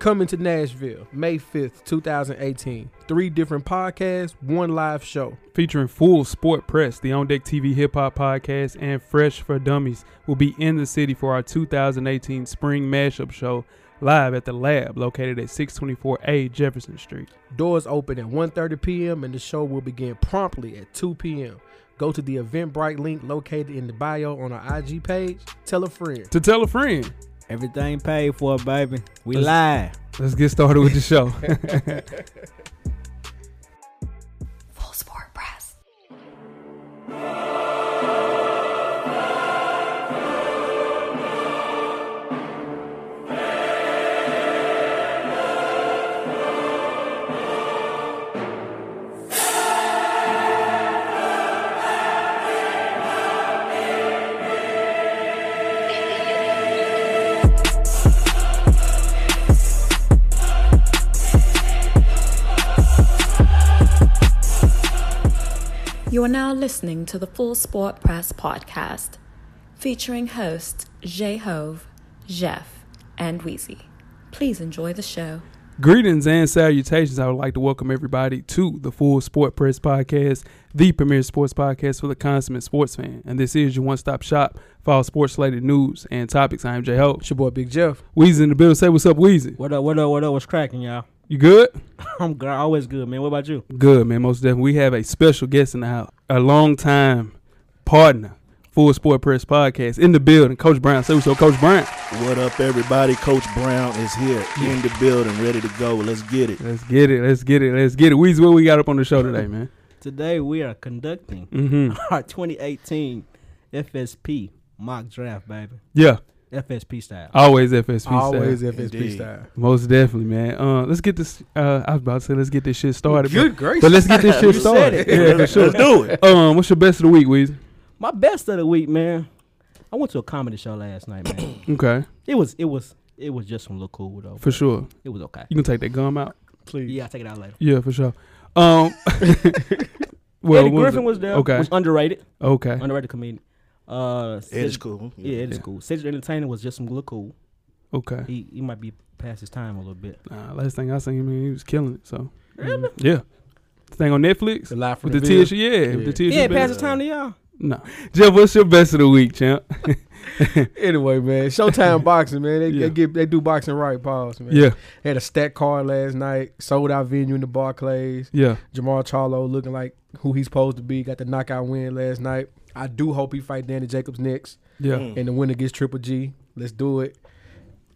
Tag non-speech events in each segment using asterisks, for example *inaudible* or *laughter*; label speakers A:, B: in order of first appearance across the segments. A: Coming to Nashville, May 5th, 2018. Three different podcasts, one live show.
B: Featuring Full Sport Press, the On Deck TV Hip Hop Podcast, and Fresh for Dummies will be in the city for our 2018 Spring Mashup Show live at the lab located at 624A Jefferson Street.
A: Doors open at 1:30 p.m. and the show will begin promptly at 2 p.m. Go to the Eventbrite link located in the bio on our IG page. Tell a friend.
B: To tell a friend.
C: Everything paid for, baby. We
B: Let's-
C: live.
B: Let's get started with the show.
C: *laughs*
D: Full Sport Press. You are now listening to the Full Sport Press podcast, featuring hosts Jay Hove, Jeff, and Wheezy. Please enjoy the show.
B: Greetings and salutations. I would like to welcome everybody to the Full Sport Press Podcast, the premier sports podcast for the consummate sports fan. And this is your one stop shop for all sports related news and topics. I am Jay Hope.
A: It's your boy Big Jeff.
B: Weezy in the building. Say what's up, Weezy.
C: What up, what up, what up? What's cracking, y'all? *laughs*
B: You good?
C: I'm gr- always good, man. What about you?
B: Good, man. Most definitely. We have a special guest in the house, a long time partner, Full Sport Press Podcast in the building. Coach Brown. Say what's up, Coach Brown.
E: What up, everybody? Coach Brown is here in the building, ready to go. Let's get it.
B: Let's get it. Let's get it. Let's get it. Weezy, what we got up on the show today, man?
C: Today we are conducting *laughs*
B: Mm-hmm.
C: our 2018 FSP mock draft, baby.
B: Yeah.
C: FSP style.
B: Always FSP. style.
A: Always FSP
E: Indeed.
A: style.
B: Most definitely, man. Uh, let's get this. Uh, I was about to say let's get this shit started, but,
A: Good gracious.
B: but let's get this shit
C: You
B: started.
C: said
B: Yeah, for sure.
E: Let's do it.
B: Um, what's your best of the week, Weezy?
C: My best of the week, man. I went to a comedy show last night, *coughs* man.
B: Okay,
C: it was it was it was just some little cool though.
B: for
C: but
B: sure.
C: It was okay.
B: You can take that gum out.
A: Please.
C: Yeah, I'll take it out later.
B: Yeah, for sure. Um, well,
A: *laughs*
B: *laughs*
C: Eddie
B: what was
C: Griffin
B: it?
C: was, there.
B: Okay.
C: Was underrated.
B: okay.
C: Underrated comedian. Uh
E: It is
C: Cedric-
E: cool.
C: Yeah, it is
B: Yeah.
C: cool. Cedric Entertainer was just some little cool.
B: Okay.
C: He he might be past his time a little bit.
B: Nah, last thing I seen him, in, he was killing it. So really, yeah. The thing on Netflix
A: The live from
B: with the
A: the field.
B: tissue, yeah, with
A: Yeah.
B: the E tissue.
C: Yeah,
B: bit.
C: past his time to y'all.
B: No, Jeff, what's your best of the week, champ?
A: Anyway, man, Showtime
B: *laughs*
A: Boxing, man, they,
B: Yeah.
A: they get they do boxing right, pause, man.
B: Yeah,
A: Had a stack card last night, sold out venue in the Barclays.
B: yeah.
A: Jamal Charlo looking like who he's supposed to be. Got the knockout win last night. I do hope he fight Danny Jacobs next,
B: Yeah,
E: Mm.
A: and the winner gets Triple G. Let's do it.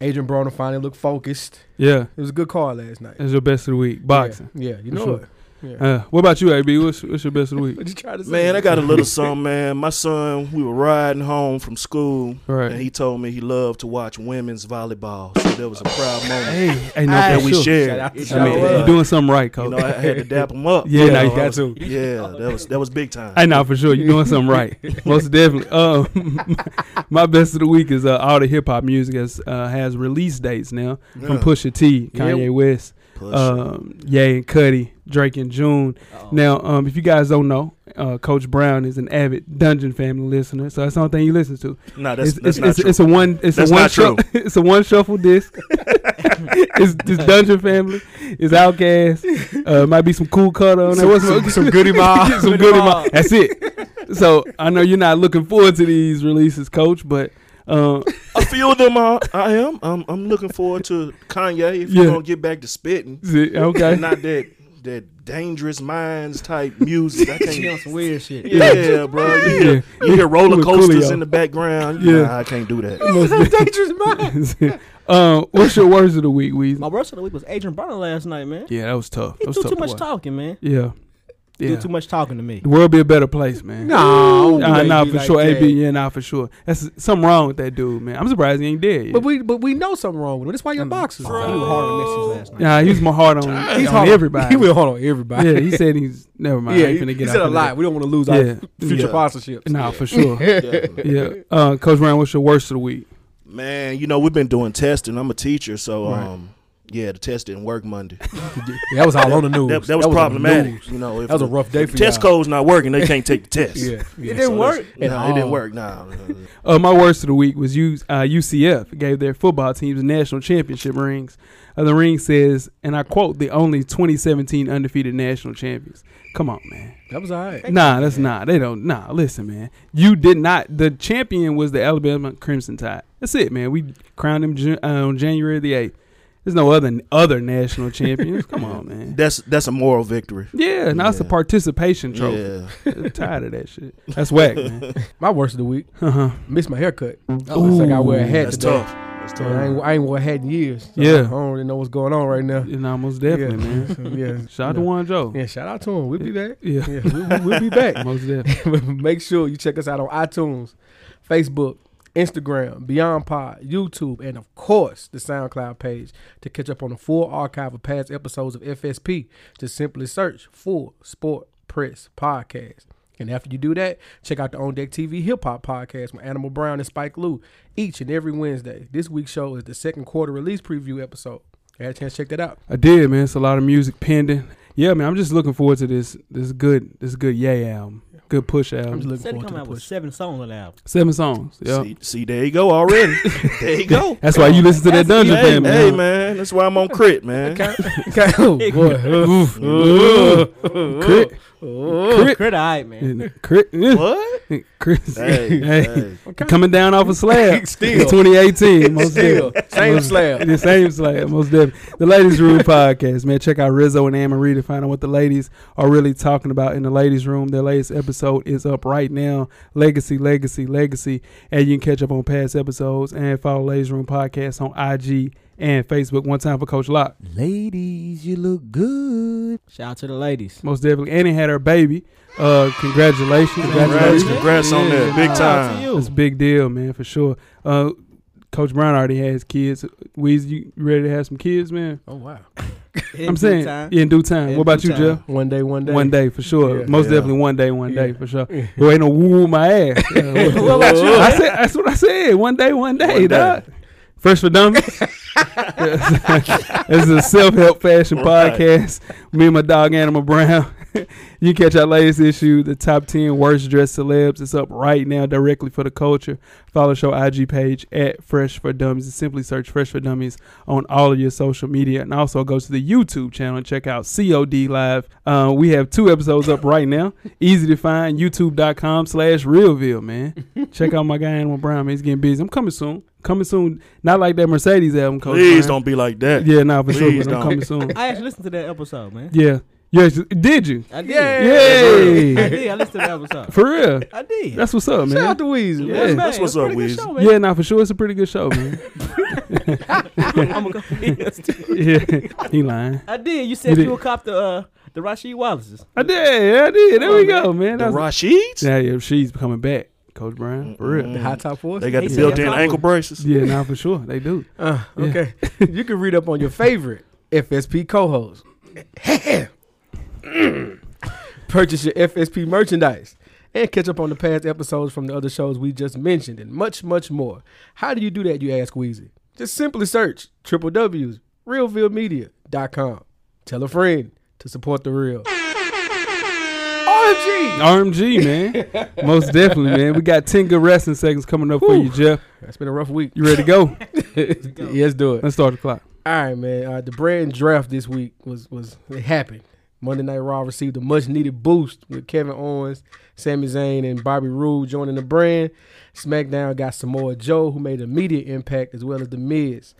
A: Adrian Broner finally looked focused.
B: yeah.
A: It was a good card last night.
B: That's your best of the week, boxing.
A: Yeah, yeah, you
B: For
A: know
B: sure.
A: it. Yeah.
B: Uh, what about you, AB? What's, what's your best of the week?
A: *laughs* what
B: *laughs*
A: you trying to say?
E: Man, I got
A: *laughs*
E: a little something, man. My son, we were riding home from school,
B: Right.
E: and he told me he loved to watch women's volleyball. So that was a proud moment
B: Hey, hey, no,
E: that
B: for
E: we
B: sure.
E: shared.
A: Shout out to
E: You
B: I mean,
A: Shout
E: know,
A: out.
B: you're doing something right,
E: you
B: coach.
E: know, I had to dap him up.
B: *laughs* Yeah, no, you
E: know,
B: got
E: I was-
B: to.
E: Yeah, that was that was big time.
B: I know for sure. You're doing something right. Most definitely. Um, *laughs* my best of the week is uh, all the hip hop music has uh, has release dates now from
E: Yeah.
B: Pusha T, Kanye
A: Yep.
B: West,
E: Push.
B: um, Ye and Cudi, Drake and June.
E: Oh.
B: Now, um, if you guys don't know, uh, Coach Brown is an avid Dungeon Family listener, so that's the only thing you listen to.
E: nah, that's
B: it's,
E: that's
B: it's,
E: not
B: it's,
E: true.
B: it's a one. It's
E: That's
B: a one.
E: not
B: shuff- *laughs* it's a one shuffle disc.
E: *laughs*
B: it's, it's Dungeon Family. It's Outcast. Uh, might be some cool color on
A: So
B: there.
A: what's some- some
B: *laughs*
A: Goody Mob.
B: some
A: Goody
B: goody
A: Mob.
B: mob. That's it. So I know you're not looking forward to these releases, Coach, but um,
E: a few of them are, I am. I'm, I'm looking forward to Kanye if
B: Yeah.
E: you're gonna get back to spitting.
B: is it- *laughs* okay. *laughs*
E: And *laughs* not that that dangerous minds type
C: *laughs*
E: music. I
C: She on
E: can't.
C: some weird shit. *laughs*
E: Yeah, bro. You hear,
B: Yeah.
E: you hear roller
B: With
E: coasters
B: Coolio.
E: in the background.
B: Yeah.
E: Yeah, I can't do that.
B: Most
A: dangerous mind.
B: definitely. um, what's your words of the week, Weezy?
C: My worst of the week was Adrian Broner last night, man.
B: Yeah, that was tough.
C: He
B: That was
C: do
B: tough
C: too
B: to
C: much
B: watch.
C: talking, man.
B: Yeah, yeah.
C: Do too much talking to me.
B: the world be a better place, man.
A: No,
B: Nah, nah, for sure.
A: A
B: AB,
A: B.
B: yeah, nah, for sure. That's something wrong with that dude, man. I'm surprised he ain't dead. Yet.
A: But we but we know something wrong with him. That's why you're
B: Mm.
A: boxers.
C: He was hard on
A: *laughs*
C: Mexicans last night.
B: Nah, he was more hard on,
A: He's
B: on
A: hard *laughs*
B: everybody.
A: He will hard on everybody.
B: yeah, he said he's never mind.
A: *laughs* yeah,
B: I ain't
A: he,
B: finna
A: he
B: get
A: said
B: out
A: a
B: of
A: lot.
B: that.
A: We don't want to lose
B: Yeah.
A: our future
E: Yeah.
A: sponsorships. *laughs*
B: Nah, for sure.
E: Definitely.
B: yeah, uh, Coach Brown, what's your worst of the week?
E: Man, you know we've been doing testing. I'm a teacher, so
B: Right.
E: um, Yeah, the test didn't work Monday.
A: that was all on the news.
E: That, that was
A: on the
E: problematic.
A: news.
E: You know, if
A: That was a
E: the-
A: rough day
E: if
A: for
E: the test
A: y'all.
E: code's not working, they can't
A: *laughs*
E: take the test.
A: Yeah, yeah.
C: It didn't work.
A: At
E: Nah, it didn't
A: all.
E: work. Nah.
B: Uh, my worst of the week was U- uh, UCF gave their football teams national championship rings. Uh, the ring says, and I quote, the only 2017 undefeated national champions. Come on, man.
A: That was all right.
B: Nah, that's not. They don't. Nah, listen, man. You did not. The champion was the Alabama Crimson Tide. That's it, man. We crowned him Ju- uh, on January the eighth. There's no other other national champions. Come on,
E: *laughs*
B: man.
E: That's that's a moral victory.
B: Yeah, now it's a
E: Yeah.
B: participation trophy.
E: Yeah.
B: *laughs* tired of that shit. That's whack, man.
A: *laughs* My worst of the week.
B: Uh-huh.
A: Missed my haircut. Looks like I wear a hat
E: That's
A: today.
E: tough. That's
A: Man, I,
E: tough.
A: ain't, I ain't wore a hat in years. so
B: Yeah.
A: I don't really know what's going on right now.
B: And almost definitely,
A: yeah.
B: man.
A: So, yeah.
B: Shout out to
A: yeah.
B: Juan Joe.
A: Yeah, shout out to him. We'll be back.
B: Yeah.
A: Yeah, we, we, we'll be back.
B: Most definitely.
A: *laughs* Make sure you check us out on iTunes, Facebook, Instagram, Beyond Pod, YouTube, and of course the SoundCloud page to catch up on the full archive of past episodes of FSP. Just simply search Full Sport Press Podcast. And after you do that, check out the On Deck TV Hip Hop Podcast with Animal Brown and Spike Lee each and every Wednesday. This week's show is the second quarter release preview episode. You had a chance to check that out.
B: I did, man. It's a lot of music pending. Yeah, man. I'm just looking forward to this this good this good yay album. Good push
A: I'm just
B: album.
A: looking
C: Said he
A: forward to
C: come
A: the
C: out
A: *laughs*
C: with
A: push.
C: seven songs on the album.
B: Seven songs. Yeah.
E: See, see, there you
A: *laughs*
E: go already. there you go.
B: That's why you listen to that
C: That's-
B: Dungeon
E: Hey,
B: Fam,
E: hey,
B: man.
E: man. That's why I'm on crit, man.
A: Okay. Oh, *laughs*
C: *laughs*
A: boy.
B: Oof. Crit. Crit.
C: Crit, all right, man.
B: Crit.
E: What?
B: Crit.
E: *laughs* Hey,
B: *laughs* Hey.
E: hey.
B: Coming down off a slab.
A: Still.
B: It's 2018. Most
A: Still,
B: definitely.
A: same
B: Most-
A: slab.
B: The same slab. Most definitely. The Ladies Room podcast, man. Check out Rizzo and Anne Marie to find out what the ladies are really talking about in the Ladies Room. Their latest episode is up right now. Legacy, legacy, legacy. And you can catch up on past episodes and follow Ladies Room podcast on IG and Facebook. One time for Coach Locke.
C: Ladies, you look good. Shout out to the ladies.
B: Most definitely. And he had her baby. Uh, congratulations.
E: Congrats,
B: Congratulations.
E: congrats on
B: Yeah,
E: that. Big
B: nah,
C: Shout out to
E: time.
C: you.
B: That's a big deal, man, for sure. Uh, Coach Brown already has kids. Weez, you ready to have some kids, man?
A: Oh, wow.
C: In
B: I'm
C: due
B: saying
C: time.
B: yeah, in due time.
C: In
B: what about
C: due
B: you,
C: time.
B: Jeff?
A: One day, one day.
B: One day for sure.
A: Yeah.
B: Most
E: Yeah.
B: definitely one day, one day
A: Yeah.
B: for sure. Who ain't no woo my ass. Yeah,
C: What about you?
B: I said *laughs* that's what I said. One day, one day,
E: One day.
B: dog. Fresh for *laughs* Dummies. this is a self help fashion
E: Right.
B: podcast. Me and my dog Animal Brown. *laughs* you catch our latest issue, the top ten worst dressed celebs. It's up right now directly for the culture. Follow the show IG page at Fresh for Dummies. And simply search Fresh for Dummies on all of your social media. And also go to the YouTube channel and check out COD Live. Uh, we have two episodes up right now. Easy to find. YouTube.com slash Realville, man. Check out my guy Animal Brown. Man. He's getting busy. I'm coming soon. Coming soon. Not like that Mercedes album, Coach.
E: Please
B: Brown.
E: don't be like that.
B: Yeah, nah, for sure.
E: Please
B: But I'm
E: don't.
B: coming soon.
C: I actually listened to that episode, man.
B: *laughs* Yeah. You actually, did you?
C: I did.
B: Yay!
C: I did. I listened to that episode.
B: For real.
C: I did.
B: That's what's
A: Shout
B: up, man.
A: out to Weezy.
B: Yeah.
A: man.
E: That's what's up, Weezy.
B: Yeah, nah, for sure. It's a pretty good show, man.
C: *laughs* I'm gonna go.
B: *laughs* yeah. He lying.
C: I did. You
B: You
C: said
B: did.
C: you, would cop the uh, the Rashid Wallaces.
B: I did. Yeah, I did. There
C: Come
B: we
C: on,
B: go, man.
E: The
B: That's-
E: Rashids?
B: yeah, yeah, she's coming back, Coach Brian. For real.
A: The high top four.
E: They got the
C: Yeah.
E: built in
C: Yeah.
E: ankle braces.
B: Yeah, nah, for sure. They do.
A: Uh, *laughs*
B: Yeah.
A: okay. you can read up on your favorite FSP co-host. *clears throat* Purchase your FSP merchandise and catch up on the past episodes from the other shows we just mentioned and much, much more. How do you do that, you ask Weezy? Just simply search www.realvillemedia.com. Tell a friend to support the real. OMG!
B: RMG, man. Most definitely, man. We got 10 good wrestling seconds coming up for you,
A: Whew.
B: Jeff.
A: That's been a rough week.
B: You ready to
A: *laughs*
B: go?
A: Let's do it.
B: Let's start the clock.
A: All right, man. Uh, the brand draft this week was was it happened. Monday Night Raw received a much needed boost with Kevin Owens, Sami Zayn, and Bobby Roode joining the brand. SmackDown got Samoa Joe, who made immediate impact, as well as The Miz.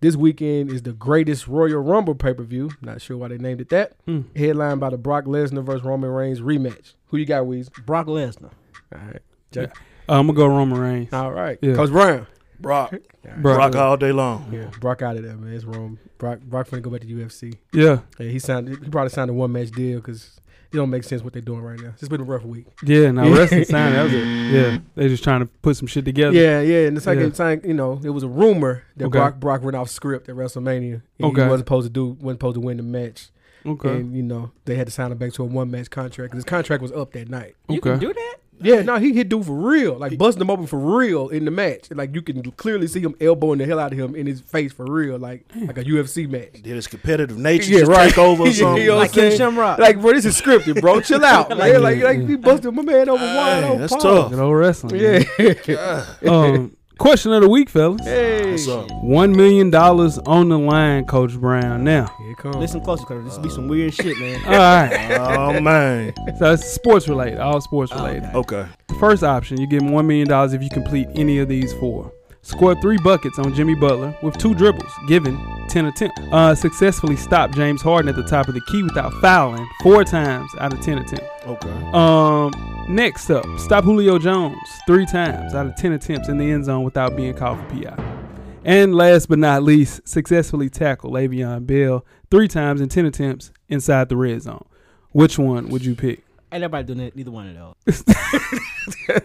A: This weekend is the greatest Royal Rumble pay per view. Not sure why they named it that. Headlined by the Brock Lesnar versus Roman Reigns rematch. Who you got, Weez?
C: Brock Lesnar.
A: All right.
B: Uh, I'm going to go Roman Reigns.
A: All right.
B: Yeah.
A: Coach Brown.
E: Brock.
B: Bro.
E: Brock all day long.
A: Yeah, Brock out of there, man. It's wrong. Brock, Brock finna go back to UFC.
B: Yeah.
A: Yeah, he signed. He probably signed a one match deal because it don't make sense what they're doing right now. It's been a rough week.
B: Yeah, now wrestling sign. That was it.
A: *laughs*
B: Yeah, they just trying to put some shit together.
A: Yeah, yeah. And the second
B: Yeah.
A: time, you know, it was a rumor that
B: Okay.
A: Brock Brock went off script at WrestleMania. And
B: Okay.
A: he wasn't supposed to do. wasn't supposed to win the match.
B: Okay.
A: And you know they had to sign him back to a one match contract because his contract was up that night.
B: okay.
F: You can do that?
A: Yeah, no, he hit dude for real, like busting him open for real in the match. Like you can clearly see him elbowing the hell out of him in his face for real, like like a UFC match.
E: Did his competitive nature
A: Yeah,
E: just
A: right.
B: *laughs*
E: take over or
A: Yeah,
E: something?
A: you know what
F: Like
A: I'm saying?
F: Ken Shamrock.
A: Like bro, this is scripted, bro. Chill out, man. Like like he busted my man over wide
E: Hey,
A: open.
E: that's
A: palm.
E: tough.
B: Good old wrestling.
A: Yeah.
B: man.
A: *laughs*
B: um, question of the week, fellas.
A: Hey.
E: What's up?
B: One million dollars on the line, Coach Brown. Now,
A: Here it comes.
C: Listen closer, cause this be some weird shit, man.
B: all right.
E: Oh man.
B: So it's sports related, all sports
A: Oh,
B: related.
E: Okay.
B: The first option, you get one million dollars if you complete any of these four. Scored three buckets on Jimmy Butler with two dribbles, given 10 attempts. Uh, successfully stopped James Harden at the top of the key without fouling four times out of 10 attempts.
E: Okay.
B: Um, next up, stop Julio Jones three times out of 10 attempts in the end zone without being called for PI. And last but not least, successfully tackle Le'Veon Bell three times in 10 attempts inside the red zone. Which one would you pick?
C: Ain't nobody doing that, neither one of those.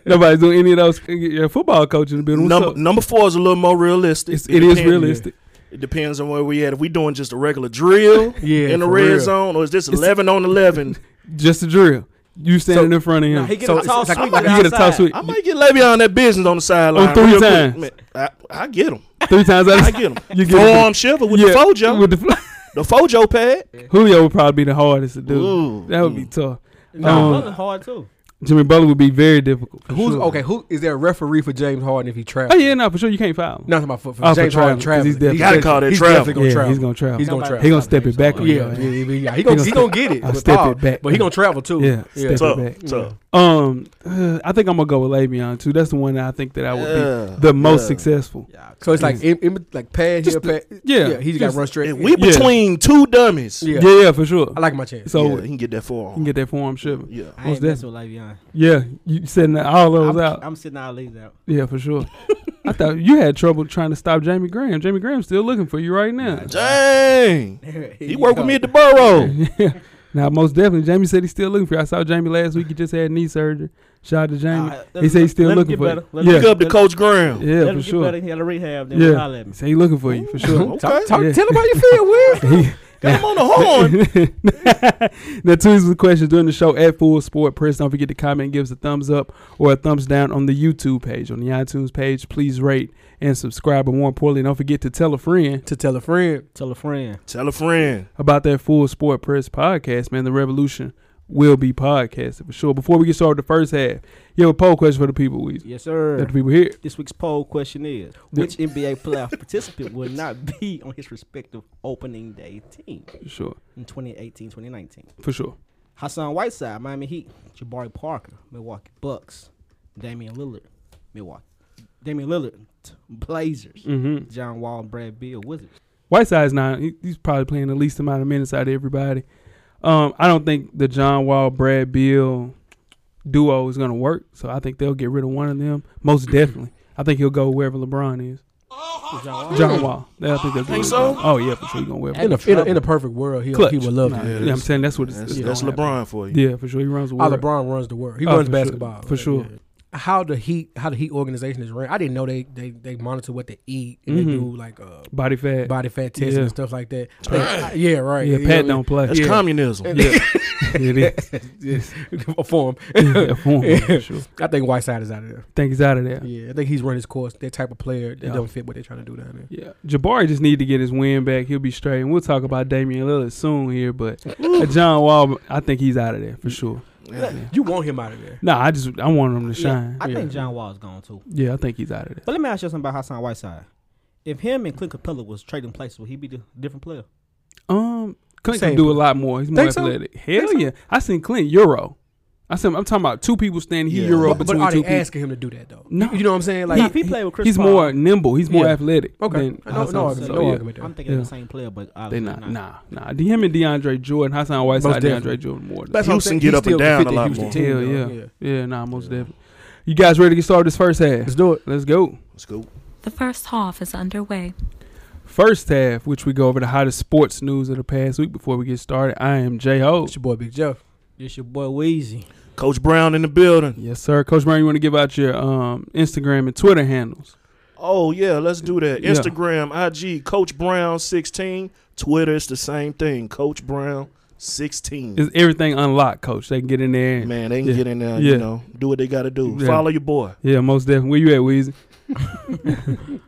B: Nobody's doing any of those. Your football coach in the building. What's
E: Number
B: up?
E: number four is a little more realistic.
B: It's, it is
E: depends-
B: realistic.
E: It depends on where we at. If we doing just a regular drill
A: Yeah,
E: in the
A: for
E: red
A: real.
E: zone, or is this
B: It's-
E: eleven on eleven?
B: Just a drill. You standing in front of him.
F: Nah, he get
A: So
F: a
A: it's-
F: tall
A: it's like-
F: sweep
B: you
F: to the
B: get a
F: outside.
B: tough sweep
E: I might get Le'Veon that business on the sideline
B: On three
E: real quick.
B: times.
E: Man, I, I get him.
B: three times out
E: I
B: of
E: get him.
B: *laughs* You get him.
E: Forearm shiver with the Fojo.
B: With the,
E: the Fojo pad.
B: Julio would probably be the hardest to do.
E: Ooh.
B: That would be tough.
C: No,
B: Um,
C: Butler's hard too.
B: Jimmy Butler would be very difficult. for
A: Who's
B: sure.
A: okay? Who is there a referee for James Harden if he travels?
B: Oh yeah, no, for sure you can't foul. him.
A: No, I'm talking about for, for
B: Oh, for
A: James Harden
B: traveling, 'cause
A: traveling.
B: he's definitely-
E: Gotta call that
A: he's
E: travel.
A: definitely gonna
B: yeah,
A: travel.
B: he's gonna travel.
A: He's gonna
C: Nobody-
A: travel.
B: He gonna step it back on
A: yeah,
B: you.
A: yeah, yeah, yeah. He
B: gonna
A: gonna he
B: step-
A: gonna get it.
B: I'll
A: with
B: step it
A: Paul,
B: back.
A: but he gonna travel too.
B: Yeah, step
E: Tough.
B: it back.
E: Tough.
B: Um, uh, I think I'm gonna go with Le'Veon too. That's the one that I think that I would
E: Yeah,
B: be the most
E: yeah.
B: successful.
A: So it's like in, in, like pad
B: Just
A: here, pad.
B: yeah,
A: yeah. He's got
B: just-
A: run straight.
E: And we
B: Yeah.
E: between two dummies.
A: yeah.
B: Yeah, yeah, for sure.
A: I like my chance.
B: So
E: yeah, he can get that
B: you
E: forearm.
B: can get that forearm shiver.
E: yeah.
C: I ain't
B: that?
C: messing with Le'Veon.
B: Yeah, you setting that- all those
C: I'm,
B: out.
C: I'm sitting all leagues out. *laughs*
B: yeah, for sure. I thought you had trouble trying to stop Jamie Graham. Jamie Graham's still looking for you right now.
E: Dang. He worked with me at the burrow.
B: *laughs* yeah. Now, most definitely, Jamie said he's still looking for you. I saw Jamie last week. He just had knee surgery. Shout out to Jamie. he said he's still looking for you.
E: Pick
B: Yeah,
E: up to Coach Graham.
B: yeah,
C: Let him
B: for
C: get better.
B: sure.
C: He had a rehab. Then yeah.
B: Yeah,
C: holler at
B: he
C: me.
B: said he's looking for you for
E: *laughs*
B: sure. *laughs*
E: Okay.
A: Talk,
B: Yeah.
A: Tell him how you feel, Will.
E: *laughs*
B: He-
E: Got him on
B: *laughs*
E: the horn.
B: that tweets the question during the show at Full Sport Press. Don't forget to comment, and give us a thumbs up or a thumbs down on the YouTube page, on the iTunes page. Please rate and subscribe, but more importantly, don't forget to tell a friend
A: to tell a friend.
C: Tell a friend.
E: Tell a friend.
B: about that Full Sport Press podcast. Man, the revolution will be podcasted for sure. Before we get started, the first half, you have a poll question for the people. We
C: Yes, sir.
B: let the people hear. it.
C: This week's poll question is: Which NBA playoff participant will not be on his respective opening day team
B: For sure,
C: in 2018-2019?
B: for sure.
C: Hassan Whiteside, Miami Heat. Jabari Parker, Milwaukee Bucks. Damian Lillard, Milwaukee. Damian Lillard, Blazers.
B: Mm-hmm.
C: John Wall, Brad Beal, Wizards.
B: Whiteside's not. He, he's probably playing the least amount of minutes out of everybody. Um, I don't think the John Wall, Brad Beal duo is going to work. So I think they'll get rid of one of them. Most definitely. I think he'll go wherever LeBron is.
C: John Wall.
B: John Wall. Yeah, I think that's
E: Think so?
B: Oh, yeah, for sure. He's going wherever.
A: In a, in, a, in a perfect world, he
B: Clutch.
A: he would love
B: Nah,
A: it.
E: Yeah,
B: yeah, I'm
E: that's-
B: saying that's what it's.
E: That's,
B: it's
E: that's
B: gonna happen.
E: LeBron for you.
B: Yeah, for sure. He runs the
A: How
B: world.
A: LeBron runs the world. He
B: Oh,
A: runs
B: for sure.
A: basketball
B: For sure.
A: Yeah. How the Heat, how the Heat organization is ran. I didn't know they they, they monitor what they eat and they
B: Mhm.
A: do like uh,
B: Body fat.
A: body fat testing
B: Eh, Yeah.
A: and stuff like that. Pat- yeah, right.
B: yeah,
A: You
B: Pat
A: know
B: don't play.
E: That's
A: *laughs*
B: yeah.
E: communism.
B: *laughs* yeah. it is.
A: what I mean? *laughs* for him.
B: Yeah, for him, for sure.
A: I think Whiteside is out of there.
B: Think he's out of there.
A: Yeah, I think he's run his course. That type of player that
B: Yeah.
A: don't fit what they're trying to do down there.
B: Yeah, Jabari just need to get his win back. He'll be straight, and we'll talk about Damian Lillard soon here. But *laughs* John Wall, I think he's out of there for sure.
A: You want him out of there.
B: Nah, I just I want him to
C: Yeah,
B: shine.
C: I
B: Yeah,
C: think John Wall's gone too.
B: I think he's out of there.
C: But let me ask you something about Hassan Whiteside. If him and Clint Capella was trading places, would he be the different player?
B: Um, Clint
A: Same.
B: can do a lot more. He's more
A: Think so?
B: athletic. Hell
A: Think so?
B: yeah, I seen Clint Euro. I seen I'm talking about two people standing. He
E: Yeah.
B: Euro
A: But, but
B: between
A: are
B: two
A: they
B: people.
A: asking him to do that though?
B: No.
A: you know what I'm saying.
C: Nah,
A: Like,
C: if he played with Chris
B: he's
C: Paul-
B: more nimble. He's more
A: Yeah.
B: athletic.
A: okay,
B: than
A: no,
B: Hassan
A: no,
B: Whiteside.
A: no
B: Yeah.
A: argument there.
C: I'm thinking
B: Yeah.
C: they're the same player, but
B: They
C: obviously
B: not, nah, nah. D- Him and DeAndre Jordan, Hassan Whiteside, DeAndre
A: definitely.
B: Jordan more.
A: That's what I'm
E: Houston
A: saying.
E: get
A: He
E: up and
A: still
E: down
A: fit
E: a
A: the
E: lot
A: Houston
E: more.
A: team,
B: Hell
A: though.
B: yeah. yeah, nah, most definitely. You guys ready to get started this first half?
A: Let's do it.
B: Let's go.
E: Let's go.
D: The first half is underway.
B: First half, which we go over the hottest sports news of the past week before we get started. I am J Ho.
A: It's your boy Big Jeff.
C: It's your boy Weezy.
E: Coach Brown in the building.
B: Yes, sir. Coach Brown, you want to give out your um, Instagram and Twitter handles?
E: Oh yeah, let's do that.
B: Yeah.
E: Instagram, IG, Coach Brown sixteen. Twitter, it's the same thing. Coach Brown 16.
B: It's everything unlocked, coach. They can get in there. And,
E: Man, they can
B: Yeah.
E: get in there,
B: Yeah.
E: you know, do what they got to do.
B: Yeah.
E: Follow your boy.
B: Yeah, most definitely. Where you at, Weezy?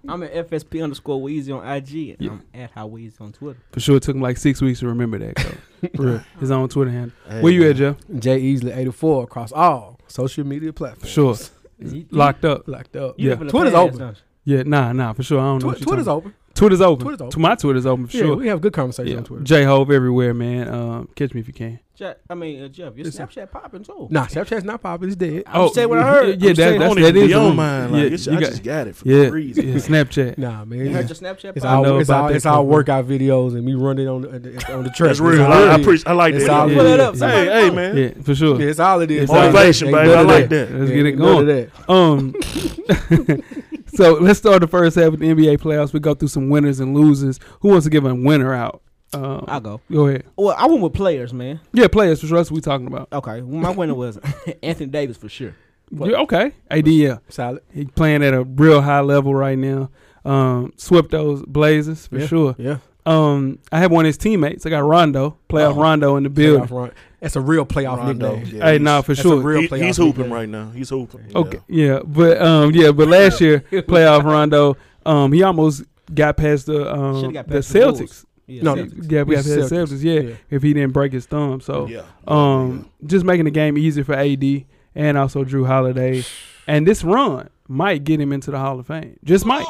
C: I'm at FSP underscore Weezy on IG. And
B: Yeah.
C: I'm at How Weezy on Twitter.
B: For sure, it took him like six weeks to remember that. Coach. For real. His own Twitter handle.
E: Hey,
B: Where you
E: man.
B: at, Joe?
A: Jay Easley, 84, across all social media
B: For
A: platforms.
B: sure.
C: You-
B: Locked
A: *laughs*
B: up.
A: Locked up.
C: You
B: Yeah.
C: live in the
A: Twitter's
C: past,
A: open.
C: don't you?
B: Yeah, nah, nah, for sure. I don't know.
A: Twi-
B: what you're
A: Twitter's
B: talking
A: open.
B: about. Twitter's open.
A: Twitter's open.
B: To my Twitter's open for
A: Yeah,
B: sure.
A: we have good conversations
B: Yeah.
A: on Twitter.
B: J Hove everywhere, man. Um, catch me if you can.
C: Jeff, I mean, uh, Jeff, your
A: Yes, sir.
C: Snapchat popping too.
A: Nah, Snapchat's not popular. It's dead.
C: I'm just saying what I heard.
B: Oh, Yeah,
C: I'm
B: that,
C: just saying-
B: that's,
E: I don't
B: that
E: even
B: is
E: be
B: the
E: on
B: one.
E: mine. Like,
B: Yeah,
E: it's,
B: you
E: I
B: got-
E: just got it for
B: yeah,
E: the reason.
B: yeah, Snapchat.
E: *laughs*
A: Nah, man.
C: You
A: it's-
C: heard your Snapchat
A: It's
B: I
C: pop?
B: know
A: all it's
B: about
A: all,
B: that
A: it's all
B: stuff, man.
A: workout videos and me running on the, on the track.
E: That's real.
A: It's all
E: I, I
A: it is.
E: appreciate. I like
A: It's
E: that.
A: all
E: Yeah.
A: it
C: Put it up.
E: Hey,
C: Somebody
E: hey,
C: know.
E: man.
B: Yeah, for sure.
A: Yeah, it's all it is.
B: It's
E: Motivation,
A: Ain't
E: baby.
A: none
E: I
A: of
E: like that.
B: Let's
A: Yeah,
B: get it
A: none of
B: going.
A: that.
B: Um, *laughs* so let's start the first half of the NBA playoffs. We go through some winners and losers. Who wants to give a winner out? Um,
C: I'll go.
B: Go ahead.
C: Well, I went with players, man.
B: Yeah, players for sure. That's what we talking about.
C: Okay, my winner was *laughs* Anthony Davis for sure.
B: Yeah, okay. AD, yeah.
A: Solid.
B: He playing at a real high level right now. Um, swept those Blazers for
A: Yeah.
B: sure.
A: Yeah.
B: Um, I had one of his teammates. I got Rondo, playoff
A: Oh.
B: Rondo in the
A: Playoff
B: building.
A: run. That's a real playoff
E: Rondo.
A: nickname.
E: Yeah,
B: hey,
E: he's-
B: nah, for
A: That's
B: sure.
A: a real
E: he-
A: playoff
E: he's hooping
A: nickname.
E: right now. He's hooping.
B: Okay, yeah, but um, yeah, but last year playoff Rondo, um, he almost got past the um
C: Should've got
B: the
C: past the Bulls.
B: Celtics.
C: Yeah,
A: No,
B: yeah,
C: Celtics.
B: yeah, we got
A: Celtics.
B: past the Celtics. Yeah, if he didn't break his thumb, so
E: Yeah.
B: um, just making the game easier for AD and also Drew Holiday, and this run might get him into the Hall of Fame. Just might.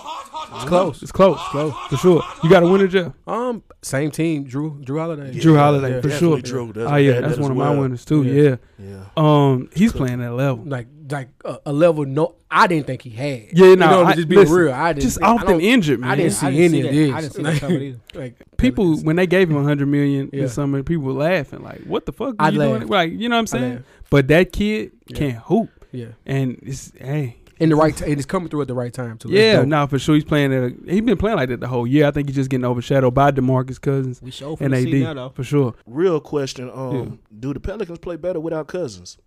A: It's close.
B: It's close, close for sure. You got a winner, Jeff.
A: Um, same team. Drew Drew Holiday.
E: Yeah,
B: Drew Holiday, for
E: definitely
B: sure.
E: Drew. That's-
B: Oh yeah,
E: that-
B: that's
E: that
B: one
E: as
B: of my
E: well.
B: winners too.
A: Yeah.
B: Yeah.
E: Yeah.
B: Um, he's playing at level.
A: Like like a, a level no, I didn't think he had.
B: Yeah, no,
A: you know,
B: I-
A: just being
B: listen,
A: real, I didn't.
B: Just
A: I
B: often
A: don't-
B: injured, man.
A: I didn't
C: I
A: see
C: didn't
A: any
C: see
A: of
C: that.
A: this.
C: I didn't see that
A: *laughs*
C: coming either.
A: Like
B: people when they gave him 100 million
A: Yeah.
B: this summer people were laughing like what the fuck
A: I
B: are you doing
A: laugh.
B: like you know what i'm
A: I
B: saying
A: laugh.
B: but that kid
A: Yeah.
B: can't hoop
A: yeah,
B: and it's hey
A: in the right, t- and it's coming through at the right time too. That's
B: yeah
A: dope.
B: nah for sure he's playing at a, he's been playing like that the whole year i think he's just getting overshadowed by demarcus cousins
C: We show for
B: and
C: the season now,
B: ad
C: though.
B: for sure
E: Real question. Um, do the Pelicans play better without Cousins?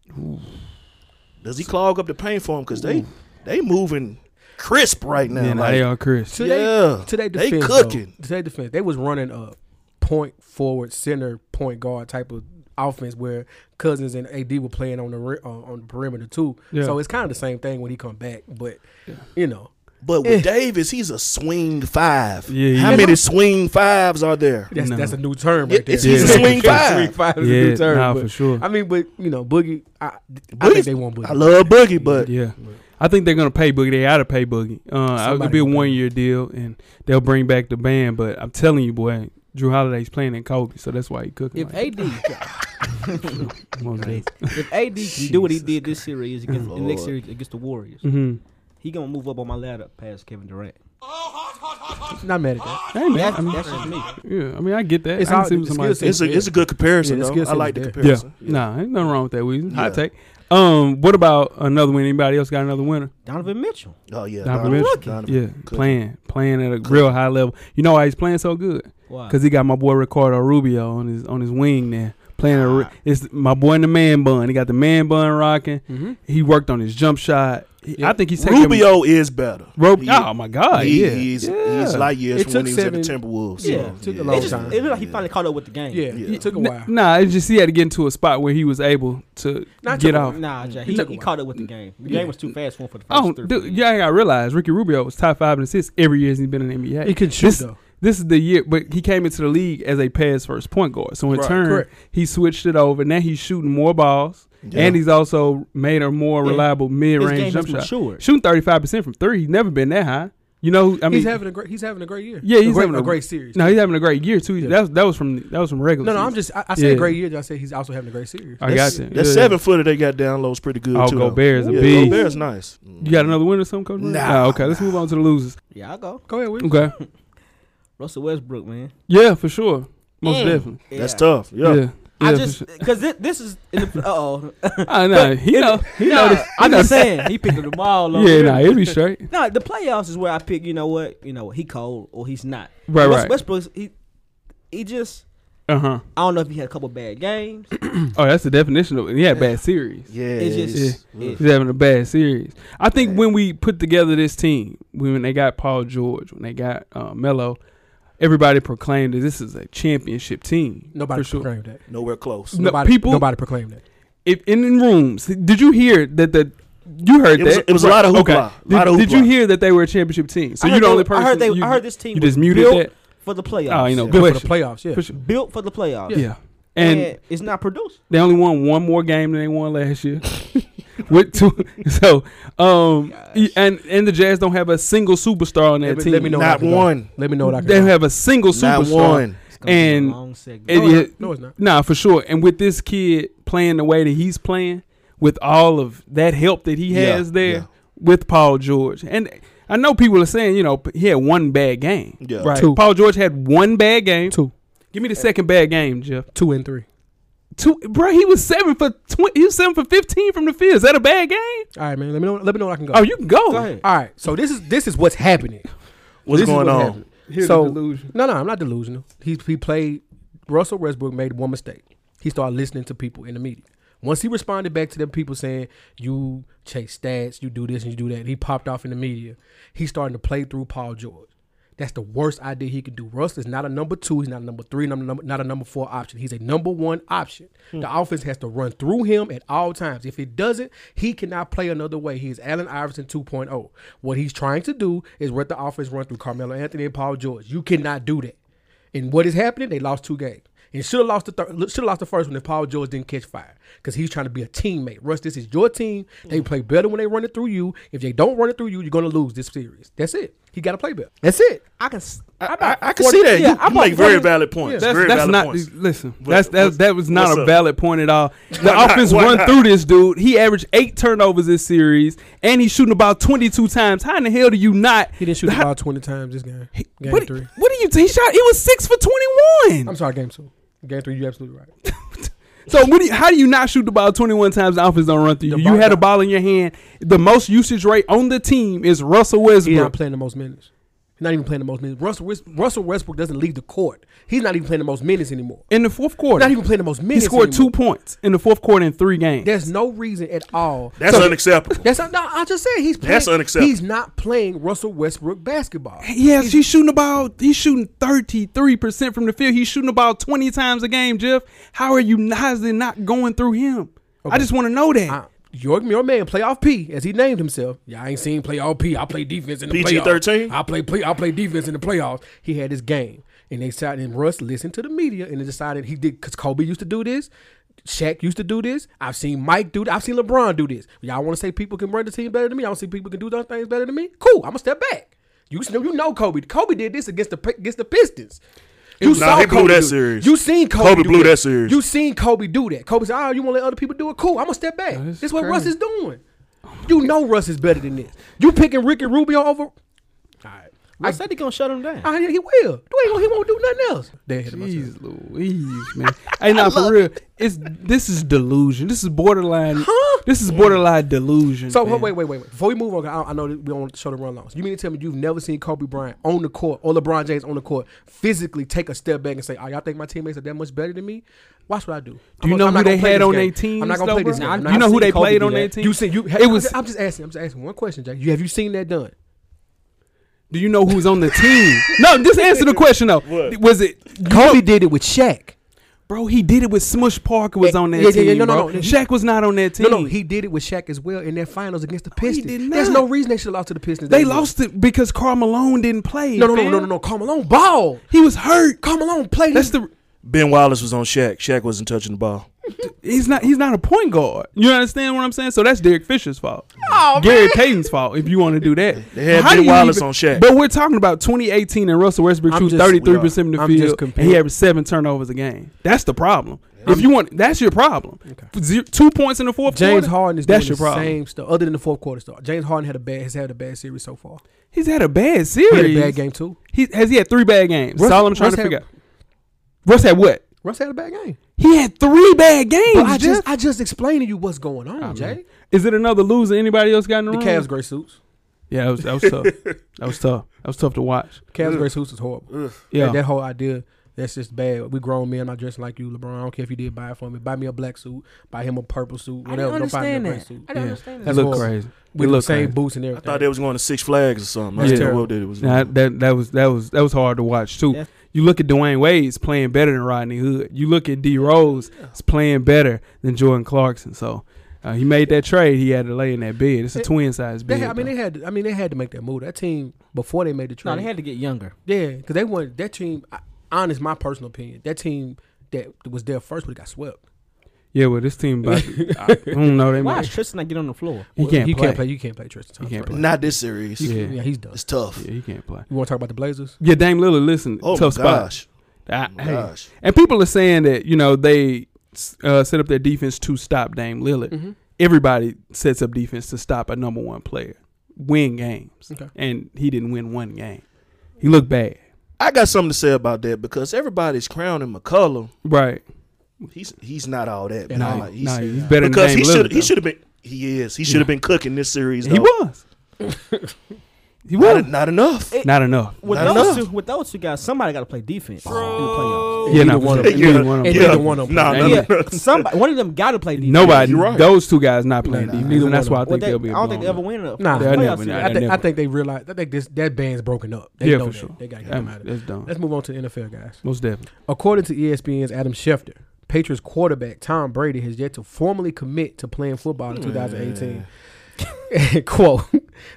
E: Does he clog up the paint for him? Because they they moving crisp right now.
B: yeah, nah,
E: like,
B: they
A: *laughs*
B: are chris
A: To their-
E: Yeah.
A: to their
E: They
A: defense,
E: cooking.
A: Though, to their defense, they was running a point forward, center, point guard type of offense where Cousins and AD were playing on the ri- uh, on the perimeter too.
B: Yeah.
A: So it's kind of the same thing when he come back, but
B: Yeah.
A: you know,
E: But with Davis, he's a swing five.
B: Eh. Yeah,
E: How
B: yeah.
E: many swing fives are there?
A: that's
B: No.
A: that's a new term
E: Yeah,
A: right there.
E: it's- he's
B: a
A: *laughs*
E: swing five.
A: swing five is a
B: yeah
A: new term.
B: nah,
A: but-
B: for sure
A: I mean, but you know, Boogie, I, I
E: Boogie's-
A: think they want Boogie.
E: I love Boogie, but
B: yeah I think they're gonna pay Boogie. They gotta pay Boogie. Uh, it'll
A: Somebody
B: be a
A: gonna pay
B: one year deal, and they'll bring back the band. But I'm telling you, boy, Drew Holiday's playing in Kobe, so that's why he cooking.
C: If
B: like
C: AD,
B: that. Come on, man.
C: if AD can do what he did this series against the
E: Lord.
C: next series against the Warriors,
B: Mm-hmm.
C: he gonna move up on my ladder past Kevin Durant.
A: Not mad at that.
B: Hey, man,
C: That's,
B: I mean,
C: that's just me.
B: yeah, I mean, I get that.
A: It's
B: I can
A: all-
B: see what
A: the
B: somebody
A: skill
B: said.
E: it's a it's a good comparison.
A: Yeah, the
E: though.
A: skill
E: I
A: set
E: like the
A: is there.
B: Yeah.
E: comparison.
B: nah, ain't nothing wrong with that. Weezy. Hot
E: Yeah.
B: take. Um, what about another winner? Anybody else got another winner?
C: Donovan Mitchell.
E: Oh yeah,
B: Donovan
E: Donovan-
B: Mitchell.
E: Donovan.
B: Yeah,
E: Cook.
B: playing, playing at a real high level. You know why he's playing so good?
C: Wow.
B: Cause he got my boy Ricardo Rubio on his on his wing there. Playing a, re-
C: Ah.
B: it's my boy in the man bun. He got the man bun rocking.
A: Mhm.
B: He worked on his jump shot. He, I
A: Yeah.
B: think he's taking
E: Rubio is better.
B: Ro-
E: He-
B: oh my god,
E: he,
B: yeah,
E: he's,
B: yeah.
E: he's light years
A: It
E: from when
A: took
E: he was at the
A: seven-
E: Timberwolves. so,
C: Yeah,
A: it took a
E: yeah.
A: long
C: it just
A: time.
C: it looked like he finally caught up with the game.
A: Yeah,
E: Yeah.
A: it took a
B: N-
A: while.
B: Nah, it's just he had to get into a spot where he was able to
A: Not
B: get
A: took a
B: off.
C: Nah, Jay,
A: He
C: he,
A: took a
C: he
A: while.
C: caught up with the game. The
A: Yeah.
C: game was too fast for him for the first
B: Oh,
C: three.
B: dude, yeah, I gotta realize Ricky Rubio was top five in assists every year he's been in the NBA.
A: He can shoot
B: This-
A: though.
B: This is the year, but he came into the league as a pass first point guard. So in
E: Right,
B: turn,
A: correct.
B: he switched it over. Now he's shooting more balls,
E: Yeah.
B: and he's also made a more
C: Yeah.
B: reliable mid
C: His game
B: range jump
C: has
B: shot.
C: matured.
B: Shooting thirty five percent from three, he's never been that high. You know, I mean,
A: he's having a great. He's having a great year.
B: Yeah,
A: A
B: he's
A: great-
B: having
A: a
B: a-
A: great series.
B: no, he's having a great year too.
A: Yeah.
B: That was that was from that was from regular.
A: No, no,
B: season.
A: I'm just. I, I said
B: Yeah.
A: great year. but I said he's also having a great series.
B: I got
E: That's-
B: you.
E: That
B: Yeah.
E: seven footer they got down low is pretty good
B: Oh,
E: too.
B: Gobert is a
E: yeah,
B: beast.
E: Gobert's nice.
B: You got another win or something, Coach? Brown?
E: Nah.
B: Nah, okay, let's move on to the losers.
C: Yeah, I go.
A: Go ahead, Will.
B: Okay.
C: Russell Westbrook, man.
B: Yeah, for sure. Most
C: Mm.
B: definitely.
E: That's
C: Yeah.
E: tough.
B: Yeah.
E: Yeah.
B: yeah.
C: I
B: for
C: just
B: sure.
C: because this, is in the, uh-oh. *laughs*
B: I know. Ah, He know. He know. this- he
C: I'm
B: know
C: just
B: this-
C: saying he picked up the ball.
B: *laughs* Yeah, nah, it'll be straight.
C: No, the playoffs is where I pick. You know what? You know what? He cold or he's not.
B: Right,
C: West,
B: right.
C: Westbrook, he he just.
B: Uh huh.
C: I don't know if he had a couple bad games.
B: Oh, that's the definition of it. He had bad series.
E: Yeah.
C: It's just-
E: it's-
C: yeah.
B: He's having a bad series. I think when we put together this team, when they got Paul George, when they got uh, Melo, everybody proclaimed that this is a championship team.
A: Nobody
B: for sure.
A: proclaimed that.
E: Nowhere close.
B: No,
A: Nobody,
B: people-
A: nobody proclaimed that.
B: If in, in rooms, did you hear that the you heard
E: It
B: that
E: was- it was a lot of hoopla.
B: Okay.
E: A
B: Did,
E: lot of
B: did
E: hoopla.
B: you hear that they were a championship team? So
C: I
B: you're
C: heard
B: the
C: they-
B: only person.
C: I heard they.
B: you,
C: I heard this team.
B: you
C: was
B: just muted
C: built
B: that.
C: for the playoffs.
B: Oh, you know,
A: Yeah,
B: good
A: for the
B: question.
A: playoffs, yeah.
B: For sure.
C: built for the playoffs.
B: Yeah. And,
C: it's not produced.
B: they only won one more game than they won last year. *laughs* With two, so um,
C: Gosh.
B: and and the Jazz don't have a single superstar on that
A: Let me-
B: team.
A: let me know what I
E: Not
A: can do.
E: one.
A: Let me know what I can
B: They
A: do.
B: don't have a single
E: Not
B: superstar.
E: one.
C: It's gonna be a
B: And
C: long segment.
B: it-
A: no, it's
B: yeah.
A: not. no, it's not.
B: Nah, for sure. And with this kid playing the way that he's playing, with all of that help that he
E: Yeah,
B: has there
E: yeah.
B: with Paul George, and I know people are saying, you know, he had one bad game.
E: Yeah.
A: Right. Two.
B: Paul George had one bad game.
A: Two.
B: Give me the second bad game, Jeff.
A: Two and three.
B: Two, bro. He was seven for twenty. He was seven for fifteen from the field. Is that a bad game?
A: All right, man. Let me know. Let me know what I can go.
B: Oh, you can go.
C: Go ahead.
A: All right. So this is this is what's happening.
E: What's
A: This is
E: going on?
A: happening.
B: Here's
A: so
B: the delusion.
A: no, no, I'm not delusional. He he played. Russell Westbrook made one mistake. He started listening to people in the meeting. Once he responded back to them people saying, "You chase stats, you do this and you do that," he popped off in the media. He's starting to play through Paul George. That's the worst idea he could do. Russ is not a number two. He's not a number three. Number, number- not a number four option. He's a number one option.
E: Hmm.
A: The offense has to run through him at all times. If it doesn't, he cannot play another way. He is Allen Iverson 2.0. What he's trying to do is let the offense run through Carmelo Anthony and Paul George. You cannot do that. And what is happening? They lost two games. And should have lost the thir- should have lost the first one if Paul George didn't catch fire because he's trying to be a teammate. Russ, this is your team. They play better when they run it through you. If they don't run it through you, you're gonna lose this series. That's it. He got to play better. That's it.
C: I can. s-
E: I, I, I can see that.
C: yeah,
E: you
C: I
E: you make
C: bought
E: very
C: 40
E: valid points.
B: That's,
E: very
B: that's
E: valid
B: not
E: points.
B: listen.
E: What-
B: that's that's
E: what's-
B: that was not
E: what's
B: a
E: up?
B: valid point at
E: *laughs*
B: all. The
E: not?
B: offense
E: Why
B: run
E: not?
B: through this dude. He averaged eight turnovers this series, and he's shooting about twenty two times. How in the hell do you not?
A: He didn't shoot the
B: How-
A: ball 20 times this game. Game
B: what,
A: three.
B: what do you? He shot. It was six for twenty
A: I'm
B: one.
A: sorry, game two. Game three, you're absolutely right.
B: So what do you, how do you not shoot the ball twenty one times? The offense don't run through you.
A: The
B: You
A: ball
B: had a
A: got-
B: ball in your hand. The most usage rate on the team is Russell
A: He's not
B: Westbrook.
A: playing the most minutes. He's not even playing the most minutes. Russell, West- Russell Westbrook doesn't leave the court. He's not even playing the most minutes anymore.
B: in the fourth
A: He's
B: quarter,
A: not even playing the most
B: he
A: minutes.
B: scored two
A: anymore.
B: points in the fourth quarter in three games.
A: There's no reason at all.
E: That's
A: So-
E: unacceptable.
A: That's no, I just said he's playing,
E: That's unacceptable.
A: He's not playing Russell Westbrook basketball.
B: Yes, he's shooting about he's shooting thirty three percent from the field. He's shooting about twenty times a game, Jeff. How are you how's it not going through him? I
A: Okay.
B: just want to know that.
A: I, your, your man, playoff P, as he named himself. Yeah, I ain't seen playoff P. I play defense in the playoffs.
E: PG-13?
A: I play play I play defense in the playoffs. He had his game, and they decided. And Russ listened to the media, and they decided he did because Kobe used to do this. Shaq used to do this. I've seen Mike do this. I've seen LeBron do this. Y'all want to say people can run the team better than me? I don't see people can do those things better than me. Cool. I'm gonna step back. You know, you know Kobe. Kobe did this against the P- against the Pistons. You
E: Nah, he blew that
A: do it.
E: series.
A: You seen Kobe.
E: Kobe
A: do
E: blew that series.
A: You seen Kobe do that. Kobe said, "Oh, you want to let other people do it? Cool. I'm gonna step back.
B: that's
A: This is what
B: crazy.
A: Russ is doing. You know Russ is better than this. You picking Ricky Rubio over? All right,
C: I said he gonna shut him down.
A: I, he will. You ain't gonna, he won't do nothing else. Damn,
B: Jeez Louise, man.
A: *laughs*
B: hey, now for real, it's this is delusion. This is borderline.
A: Huh?
B: This is borderline delusion.
A: So
B: man.
A: wait, wait, wait, wait. Before we move on, 'cause I, I know that we don't want to show the run longs. You mean to tell me you've never seen Kobe Bryant on the court or LeBron James on the court physically take a step back and say, "Oh, y'all think my teammates are that much better than me? Watch what I do."
B: Do you
A: I'm
B: know
A: I'm
B: who
A: not
B: they
A: gonna play
B: had
A: this
B: on
A: game.
B: their teams?
A: I'm not gonna
B: though,
A: play this.
B: bro?
A: game. I'm not-
B: You know
A: I've
B: who
A: seen
B: they
A: Kobe
B: played
A: do
B: on
A: that.
B: their team?
A: You see, you.
B: It was-
A: I'm just asking. I'm just asking one question, Jack. You have you seen that done?
B: Do you know who's on
A: *laughs*
B: the team? no, just answer the question though.
E: What?
B: Was it
A: Kobe did it with Shaq.
B: bro? He did it with Smush Parker was
A: Yeah,
B: on that
A: yeah, yeah,
B: team.
A: yeah, no, no,
B: bro.
A: no.
B: Shaq was not on that team.
A: No, no, he did it with Shaq as well in their finals against the Pistons.
B: did
A: There's
B: not.
A: no reason they should have lost to the Pistons.
B: they
A: that year.
B: lost it because Carl Malone didn't play.
A: No, no, no,
B: fam.
A: no, no, no. Carmelo ball.
B: He was hurt.
A: Carmelo played.
B: That's the
E: Ben Wallace was on Shaq. Shaq wasn't touching the ball.
B: he's not he's not a point guard. You understand what I'm saying? So that's Derek Fisher's fault. Gary Payton's fault if you want to do that.
E: They had
B: How
E: Ben
B: do you
E: Wallace on Shaq.
B: But we're talking about 2018 and Russell Westbrook
A: I'm
B: shoots
A: just-
B: 33 percent of the
A: I'm just
B: field, and he
A: comparing-
B: averaged seven turnovers a game. That's the problem. if you want, that's your problem. Zero- two points in the fourth
A: James
B: quarter.
A: Harden is
B: that's
A: doing
B: your
A: the
B: problem.
A: same stuff. Other than the fourth quarter stuff, James Harden had a bad has had a bad series so far.
B: He's had a bad
A: He
B: series.
A: had a bad game too.
B: He has he had three bad games.
A: Russ-
B: that's all I'm trying
A: Russ
B: to
A: had-
B: figure out. Russ had what?
A: Russ had a bad game.
B: He had three bad games.
A: But I
B: Jeff.
A: just I just explained to you what's going on,
B: I
A: Jay.
B: mean, Is it another loser? Anybody else got in the,
A: The
B: room?
A: Cavs gray suits.
B: Yeah, that
E: *laughs*
B: was, that was tough. that was tough. That was tough to watch.
A: Cavs gray suits is horrible.
E: Ugh.
B: Yeah,
A: That, that whole idea That's just bad. We grown men. I'm not dressing like you, LeBron. I don't care if you did buy it for me. Buy me a black suit. Buy him a purple suit.
C: I
A: Whatever.
C: don't
A: Don't buy
C: understand
A: me a
C: that.
A: gray suit.
C: I don't
B: Yeah.
C: understand
B: That
A: That's
C: that.
B: looked
A: horrible.
B: crazy.
A: With
B: It
A: the
B: looked
A: same
B: crazy.
A: boots and
E: I
A: everything.
E: thought they was going to Six Flags or something. That's
B: Yeah.
E: yeah. what they was.
B: Nah,
E: doing.
B: that that was that was that was hard to watch too.
C: That's-
B: You look at Dwayne Wade's playing better than Rodney Hood. You look at D Rose is playing better than Jordan Clarkson. So uh, he made that trade. He had to lay in that bed. It's a
A: They-
B: twin size
A: They
B: bed.
A: had, I mean, they
B: though.
A: had. I mean, they had to make that move. That team before they made the trade.
C: No, they had to get younger.
A: yeah, because they wanted that team. I- Honest, my personal opinion, that team that was there first would have got swept.
B: yeah, well, this team,
A: *laughs*
B: about, to- I don't know. They
C: Why
B: might.
C: is Tristan not get on the floor?
B: He can't
A: You
B: play.
A: can't play. You can't play Tristan
B: He
A: Thompson.
B: can't
A: right
E: Not this series.
A: now.
B: Yeah.
A: Yeah. he- he's done.
E: It's tough.
B: Yeah, he can't play.
A: You want to talk about the Blazers?
B: Yeah, Dame Lillard. Listen,
E: Oh
B: tough
E: my
B: spot.
E: gosh.
B: I-
E: Oh my
B: hey.
E: gosh.
B: And people are saying that you know they uh, set up their defense to stop Dame Lillard.
A: Mhm.
B: Everybody sets up defense to stop a number one player, win games,
A: Okay.
B: and he didn't win one game. He looked bad.
E: I got something to say about that because everybody's crowning McCullum.
B: Right?
E: He's he's not all that.
A: Yeah,
E: man.
A: nah,
B: No,
E: Like, he's,
B: no, he's better
E: because
B: than Dame
E: he should
B: Lillard.
E: he
B: though.
E: should have been. He is. He should have been cooking this series.
B: He
E: though.
B: was. he was
E: Not, not enough.
B: not enough.
C: With
E: Not
C: those,
E: enough.
C: two, with those two guys, somebody got to play defense in the playoffs.
B: Yeah,
A: neither
B: no,
A: one
B: for
A: of
B: sure.
A: them.
B: Neither one of them.
A: And
E: Yeah.
A: neither one of them.
E: Nah,
B: played.
E: nah,
B: Ain't
E: nah.
C: Yeah, somebody, one of them got to play defense.
B: Nobody.
E: You're right.
B: Those two guys not playing
A: nah,
B: defense,
A: neither
B: and that's
A: one
B: why I
A: of
B: think
C: Well,
B: they'll
C: they-
B: be.
C: I
B: A
C: don't think they ever
B: blowout.
C: win a
A: Nah,
B: They'll
C: playoff
B: never-
C: series.
B: nah,
A: I think, I
B: never-
A: think they realize. I think this that band's broken up. They
B: Yeah,
A: know
B: for
A: that.
B: sure.
A: They got to get them out
B: That-
A: of there.
B: That's dumb.
A: Let's move on to the NFL guys.
B: Most definitely.
A: According to E ESPN's Adam Schefter, Patriots quarterback Tom Brady has yet to formally commit to playing football in 2018. *laughs* Quote,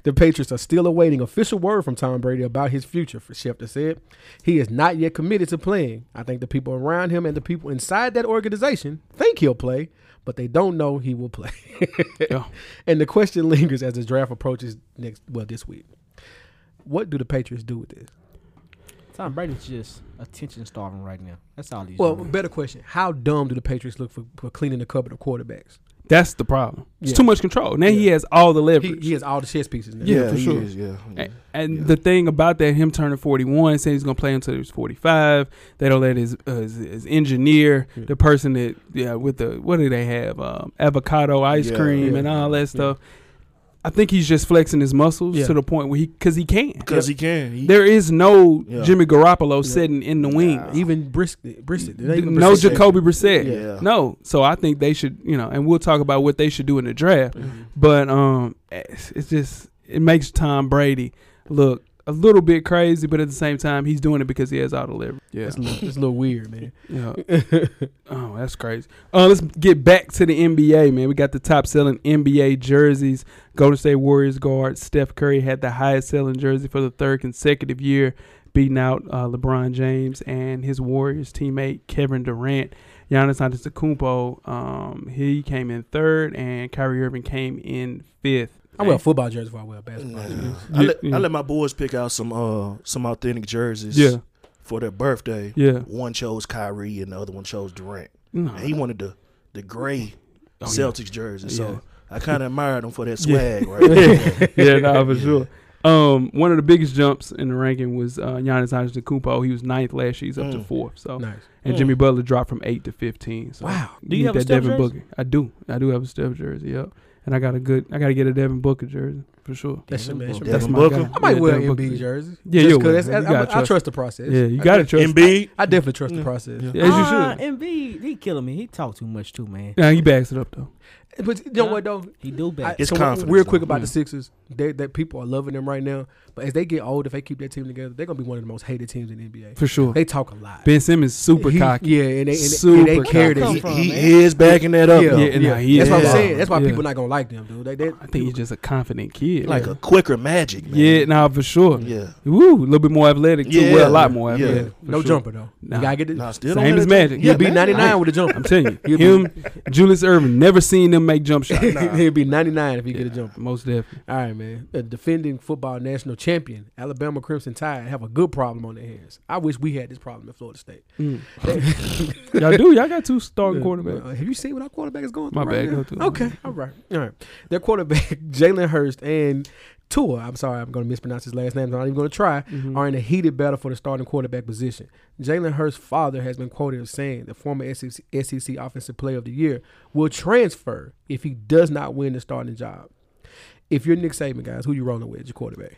A: the Patriots are still awaiting official word from Tom Brady about his future, for Schefter said. He is not yet committed to playing. I think the people around him and the people inside that organization think he'll play, but they don't know he will play.
B: Yeah.
A: *laughs* And the question lingers as the draft approaches next, well, this week. What do the Patriots do with this?
C: Tom Brady's just attention starving right now. That's all he's
A: Well,
C: doing.
A: better question. How dumb do the Patriots look for, for cleaning the cupboard of quarterbacks?
B: That's the problem. It's
A: Yeah.
B: too much control. Now he
A: Yeah.
B: has all the
A: He,
B: leverage.
A: he has all the chess pieces now.
B: Yeah, for
E: he
B: sure.
E: is, *laughs* yeah, yeah.
B: A- And
E: Yeah.
B: the thing about that, him turning 41, saying he's going to play until he's 45. They don't let his uh, his, his engineer,
A: Yeah.
B: the person that, yeah, with the, what do they have? Um, avocado ice
E: Yeah,
B: cream
A: yeah,
B: and all that
A: yeah.
B: stuff. I think he's just flexing his muscles
A: Yeah.
B: to the point where he, because he can.
E: Because he can. He,
B: There is no
E: Yeah.
B: Jimmy Garoppolo
A: Yeah.
B: sitting in the wing.
E: Nah.
A: Even brisket, brisket.
B: D- no
E: Brissett.
B: Jacoby Brissett.
E: Yeah.
B: No. So I think they should, you know, and we'll talk about what they should do in the draft.
A: Mm-hmm.
B: But um, it's, it's just it makes Tom Brady look a little bit crazy, but at the same time, he's doing it because he has all the leverage. Yeah.
A: It's a little,
B: *laughs*
A: it's a little weird, man.
B: yeah. oh, that's crazy. Uh, let's get back to the NBA, man. We got the top selling NBA jerseys. Golden State Warriors guard Steph Curry had the highest selling jersey for the third consecutive year, beating out uh, LeBron James and his Warriors teammate Kevin Durant. Giannis Antetokounmpo, um, he came in third, and Kyrie Irving came in fifth.
A: I wear a football jersey before I wear a basketball
E: Nah.
A: jersey.
E: I, let,
B: Yeah.
E: I let my boys pick out some uh some authentic jerseys
B: Yeah,
E: for their birthday.
B: yeah.
E: One chose Kyrie and the other one chose Durant.
B: No.
E: And
A: *laughs*
E: he wanted the the gray
B: Oh, yeah.
E: Celtics jersey. So
B: Yeah.
E: I kind of admired him for that
B: Yeah. *laughs*
E: swag right there.
B: yeah, nah, for sure. Um, one of the biggest jumps in the ranking was uh, Giannis Antetokounmpo. He was ninth last year. He's up to
E: Mm.
B: fourth. So
A: Nice.
B: and
E: Mm.
B: Jimmy Butler dropped from eight to fifteen. So
A: Wow.
B: you
C: Do you
B: need
C: have a
B: that
C: Steph
B: Devin
C: jersey?
B: Booker. I do. I do have a Steph jersey. Yep. And I got a good. I got to get a Devin Booker jersey for sure.
A: That's your man.
C: Devin
A: That's
E: Devin
A: my,
B: my
E: Booker.
B: guy.
A: I might
B: Yeah,
A: wear
B: Devin
A: an
B: Booker.
A: MB jersey.
B: Yeah,
A: Just
B: you'll
A: 'cause
B: wear
A: that's-
B: it. You
A: I, I,
B: gotta
A: I
B: trust
A: trust the process.
B: Yeah, you
A: I
B: got to
A: def-
B: trust.
E: MB.
A: I definitely trust the
E: Yeah.
A: process.
E: Yeah.
B: As you
C: Ah,
B: should.
C: Embiid, he killing me. He talk too much too, man.
B: Now he backs it up though.
A: But you know
C: Nah.
A: what though?
C: He do
A: I,
C: bad.
E: It's
A: so
E: confidence,
A: Real quick
E: though.
A: about
B: Yeah.
A: the Sixers, they, that people are loving them right now. But as they get old, if they keep their team together, they're gonna be one of the most hated teams in the NBA.
B: For sure.
A: They talk a lot.
B: Ben Simmons super
A: He-
B: cocky.
A: Yeah, and they, and
B: Super
A: they, and they carry
C: cocky.
A: that.
E: He,
A: shit.
C: from,
E: he
C: man.
E: is backing that up.
A: Yeah,
E: though.
B: Yeah, nah, he
A: That's what I'm
E: is.
A: saying. That's why
B: Yeah.
A: people not gonna like them, dude. They, they,
B: I think he's just a confident kid.
E: Like
B: man.
E: a quicker magic, man.
B: yeah, nah, for sure.
E: Yeah.
B: Woo, a little bit more athletic too.
E: Yeah.
B: Well, a lot more
E: Yeah.
B: athletic. for
A: no
B: sure.
A: jumper though.
B: Nah.
A: You gotta get the
E: Nah, still
B: Same
E: don't
B: as
E: let it-
B: Magic.
A: He'll
E: Yeah,
A: be
E: man.
A: 99 with a
B: I'm
A: jumper.
B: telling you, *laughs*
A: He'll be-
B: him, Julius Irvin, never seen them make
A: *laughs*
B: jump *laughs* shots.
A: He'll be 99 if he get a jumper.
B: Most definitely.
A: All right, man. The defending football national champion, Alabama Crimson Tide, have a good problem on their hands. I wish we had this problem in Florida *laughs* State.
B: Mm. *laughs* y'all do. Y'all got two starting
A: Uh, have you seen what our quarterback is going
B: My
A: through?
B: bad. Go
A: Right
B: through.
A: now? Okay. All right. All right. Their quarterback, *laughs* Jalen Hurst and Tua, I'm sorry, I'm going to mispronounce his last name. I'm not even going to try,
B: Mm-hmm.
A: are in a heated battle for the starting quarterback position. Jalen Hurst's father has been quoted as saying the former E SEC, SEC Offensive Player of the Year will transfer if he does not win the starting job. If you're Nick Saban, guys, who you rolling with? Your quarterback.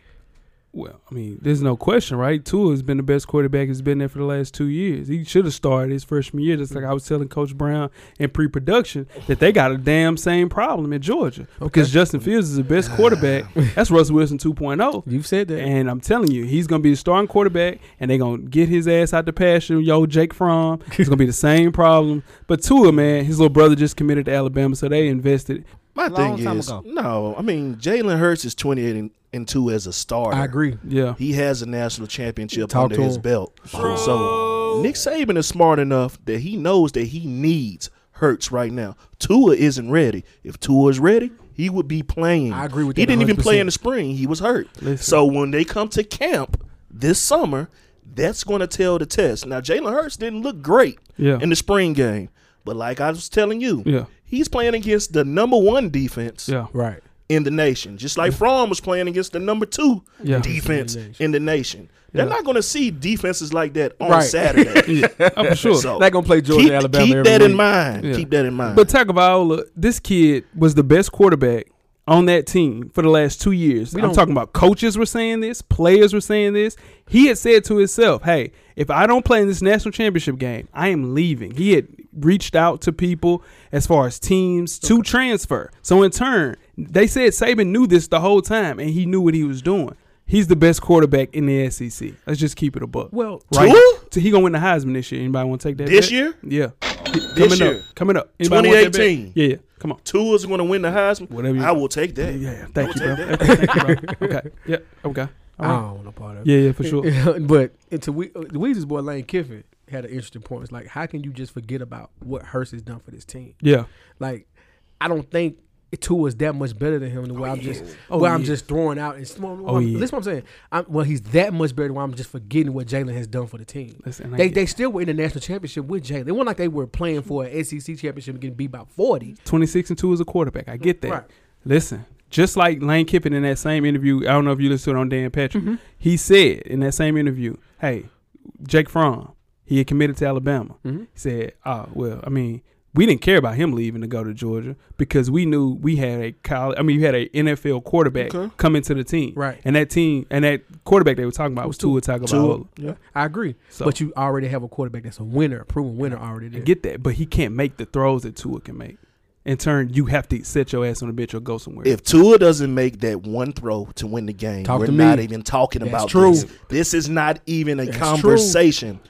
B: Well, I mean, there's no question, right? Tua has been the best quarterback. He's been there for the last two years. He should have started his freshman year. Just like I was telling Coach Brown in pre-production that they got a damn same problem in Georgia because Justin Fields is the best *sighs* quarterback. That's Russell Wilson oh. 2.0.
A: You've said that.
B: And I'm telling you, he's gonna be the starting quarterback, and they're gonna get his ass out the pasture. Yo, Jake Fromm. It's gonna be the same problem. But Tua, man, his little brother just committed to Alabama, so they invested.
E: My
C: Long
E: thing
C: time
E: is,
C: ago.
E: no, I mean Jalen Hurts is twenty eight and, and two as a starter.
A: I agree.
B: Yeah,
E: He has a national championship
A: Talk
E: under
A: to
E: his
A: him.
E: belt. So Nick Saban is smart enough that he knows that he needs Hurts right now. Tua isn't ready. If Tua is ready, he would be playing.
A: I agree with
E: He
A: that
E: didn't even play
A: 100%.
E: in the spring. He was hurt.
B: Listen.
E: So when they come to camp this summer, that's going to tell the test. Now Jalen Hurts didn't look great
B: Yeah.
E: in the spring game, but like I was telling you,
B: Yeah.
E: he's playing against the number one defense *laughs*
B: yeah,
A: Right.
E: in the nation. Just like Fromm was playing against the number two
B: Yeah.
E: defense in the nation. They're
B: Yeah.
E: not going to see defenses like that on
A: Right.
E: Saturday.
A: *laughs*
B: yeah. Oh, for sure.
E: So
A: They're gonna play Georgia,
E: keep,
A: Alabama.
E: keep
A: every
E: that in
A: week.
E: mind.
B: Yeah.
E: Keep that in mind.
B: But Tagovailoa, this kid was the best quarterback on that team for the last two years. I'm
A: don't-
B: talking about coaches were saying this, players were saying this. He had said to himself, "Hey, if I don't play in this national championship game, I am leaving." He had reached out to people as far as teams to transfer. So in turn, they said Saban knew this the whole time, and he knew what he was doing. He's the best quarterback in the SEC. Let's just keep it a buck.
A: Well,
E: Tua?
B: So he gonna win the Heisman this year. Anybody want to take that?
E: This
B: bet?
E: year?
B: Yeah.
E: This
B: coming
E: year.
B: up. Coming up. Anybody want that bet?
E: 2018.
B: Yeah, yeah. Come on.
E: Tua's going to win the Heisman.
B: Whatever you-
E: I will take that.
B: Yeah, yeah. Thank you,
E: I will
B: bro.
E: take that.
B: Thank you, bro. *laughs* Okay. Yeah. *laughs* Okay. All
A: I
B: right.
A: don't want a part of it.
B: Yeah, yeah, for
A: *laughs*
B: sure.
A: but to we, uh, the Weezy's boy Lane Kiffin had an interesting point. It's like, how can you just forget about what Hurst has done for this team?
B: Yeah.
A: Like, I don't think Tua's that much better than him. The way I'm just,
B: Oh,
A: where I'm
B: yeah.
A: just throwing out and small.
B: Oh, yeah.
A: That's what I'm saying. I'm, well, he's that much better. Why I'm just forgetting what Jalen has done for the team.
B: Listen, I
A: they
B: get
A: they still were in the national championship with Jalen. It wasn't like they were playing for an SEC championship and getting beat by forty.
B: 26 and 2 is a quarterback. I get that.
A: Right.
B: Listen, just like Lane Kiffin in that same interview, I don't know if you listened to it on Dan Patrick, he said in that same interview, hey, Jake Fromm, he had committed to Alabama. He said, oh, well, I mean, we didn't care about him leaving to go to Georgia because we knew we had a college, I mean, you had a NFL quarterback
E: Okay.
B: coming to the team.
A: Right.
B: And that team, and that quarterback they were talking about was Tua Tagovailoa.
E: Yeah.
A: I agree,
B: So-
A: but you already have a quarterback that's a winner, a proven winner already.
B: I
A: There.
B: get that, but he can't make the throws that Tua can make. In turn, you have to set your ass on a bitch or go somewhere.
E: If Tua doesn't make that one throw to win the game,
A: Talk
E: we're
A: to me.
E: not even talking
A: That's
E: about
A: true.
E: this. This is not even a
A: That's
E: conversation.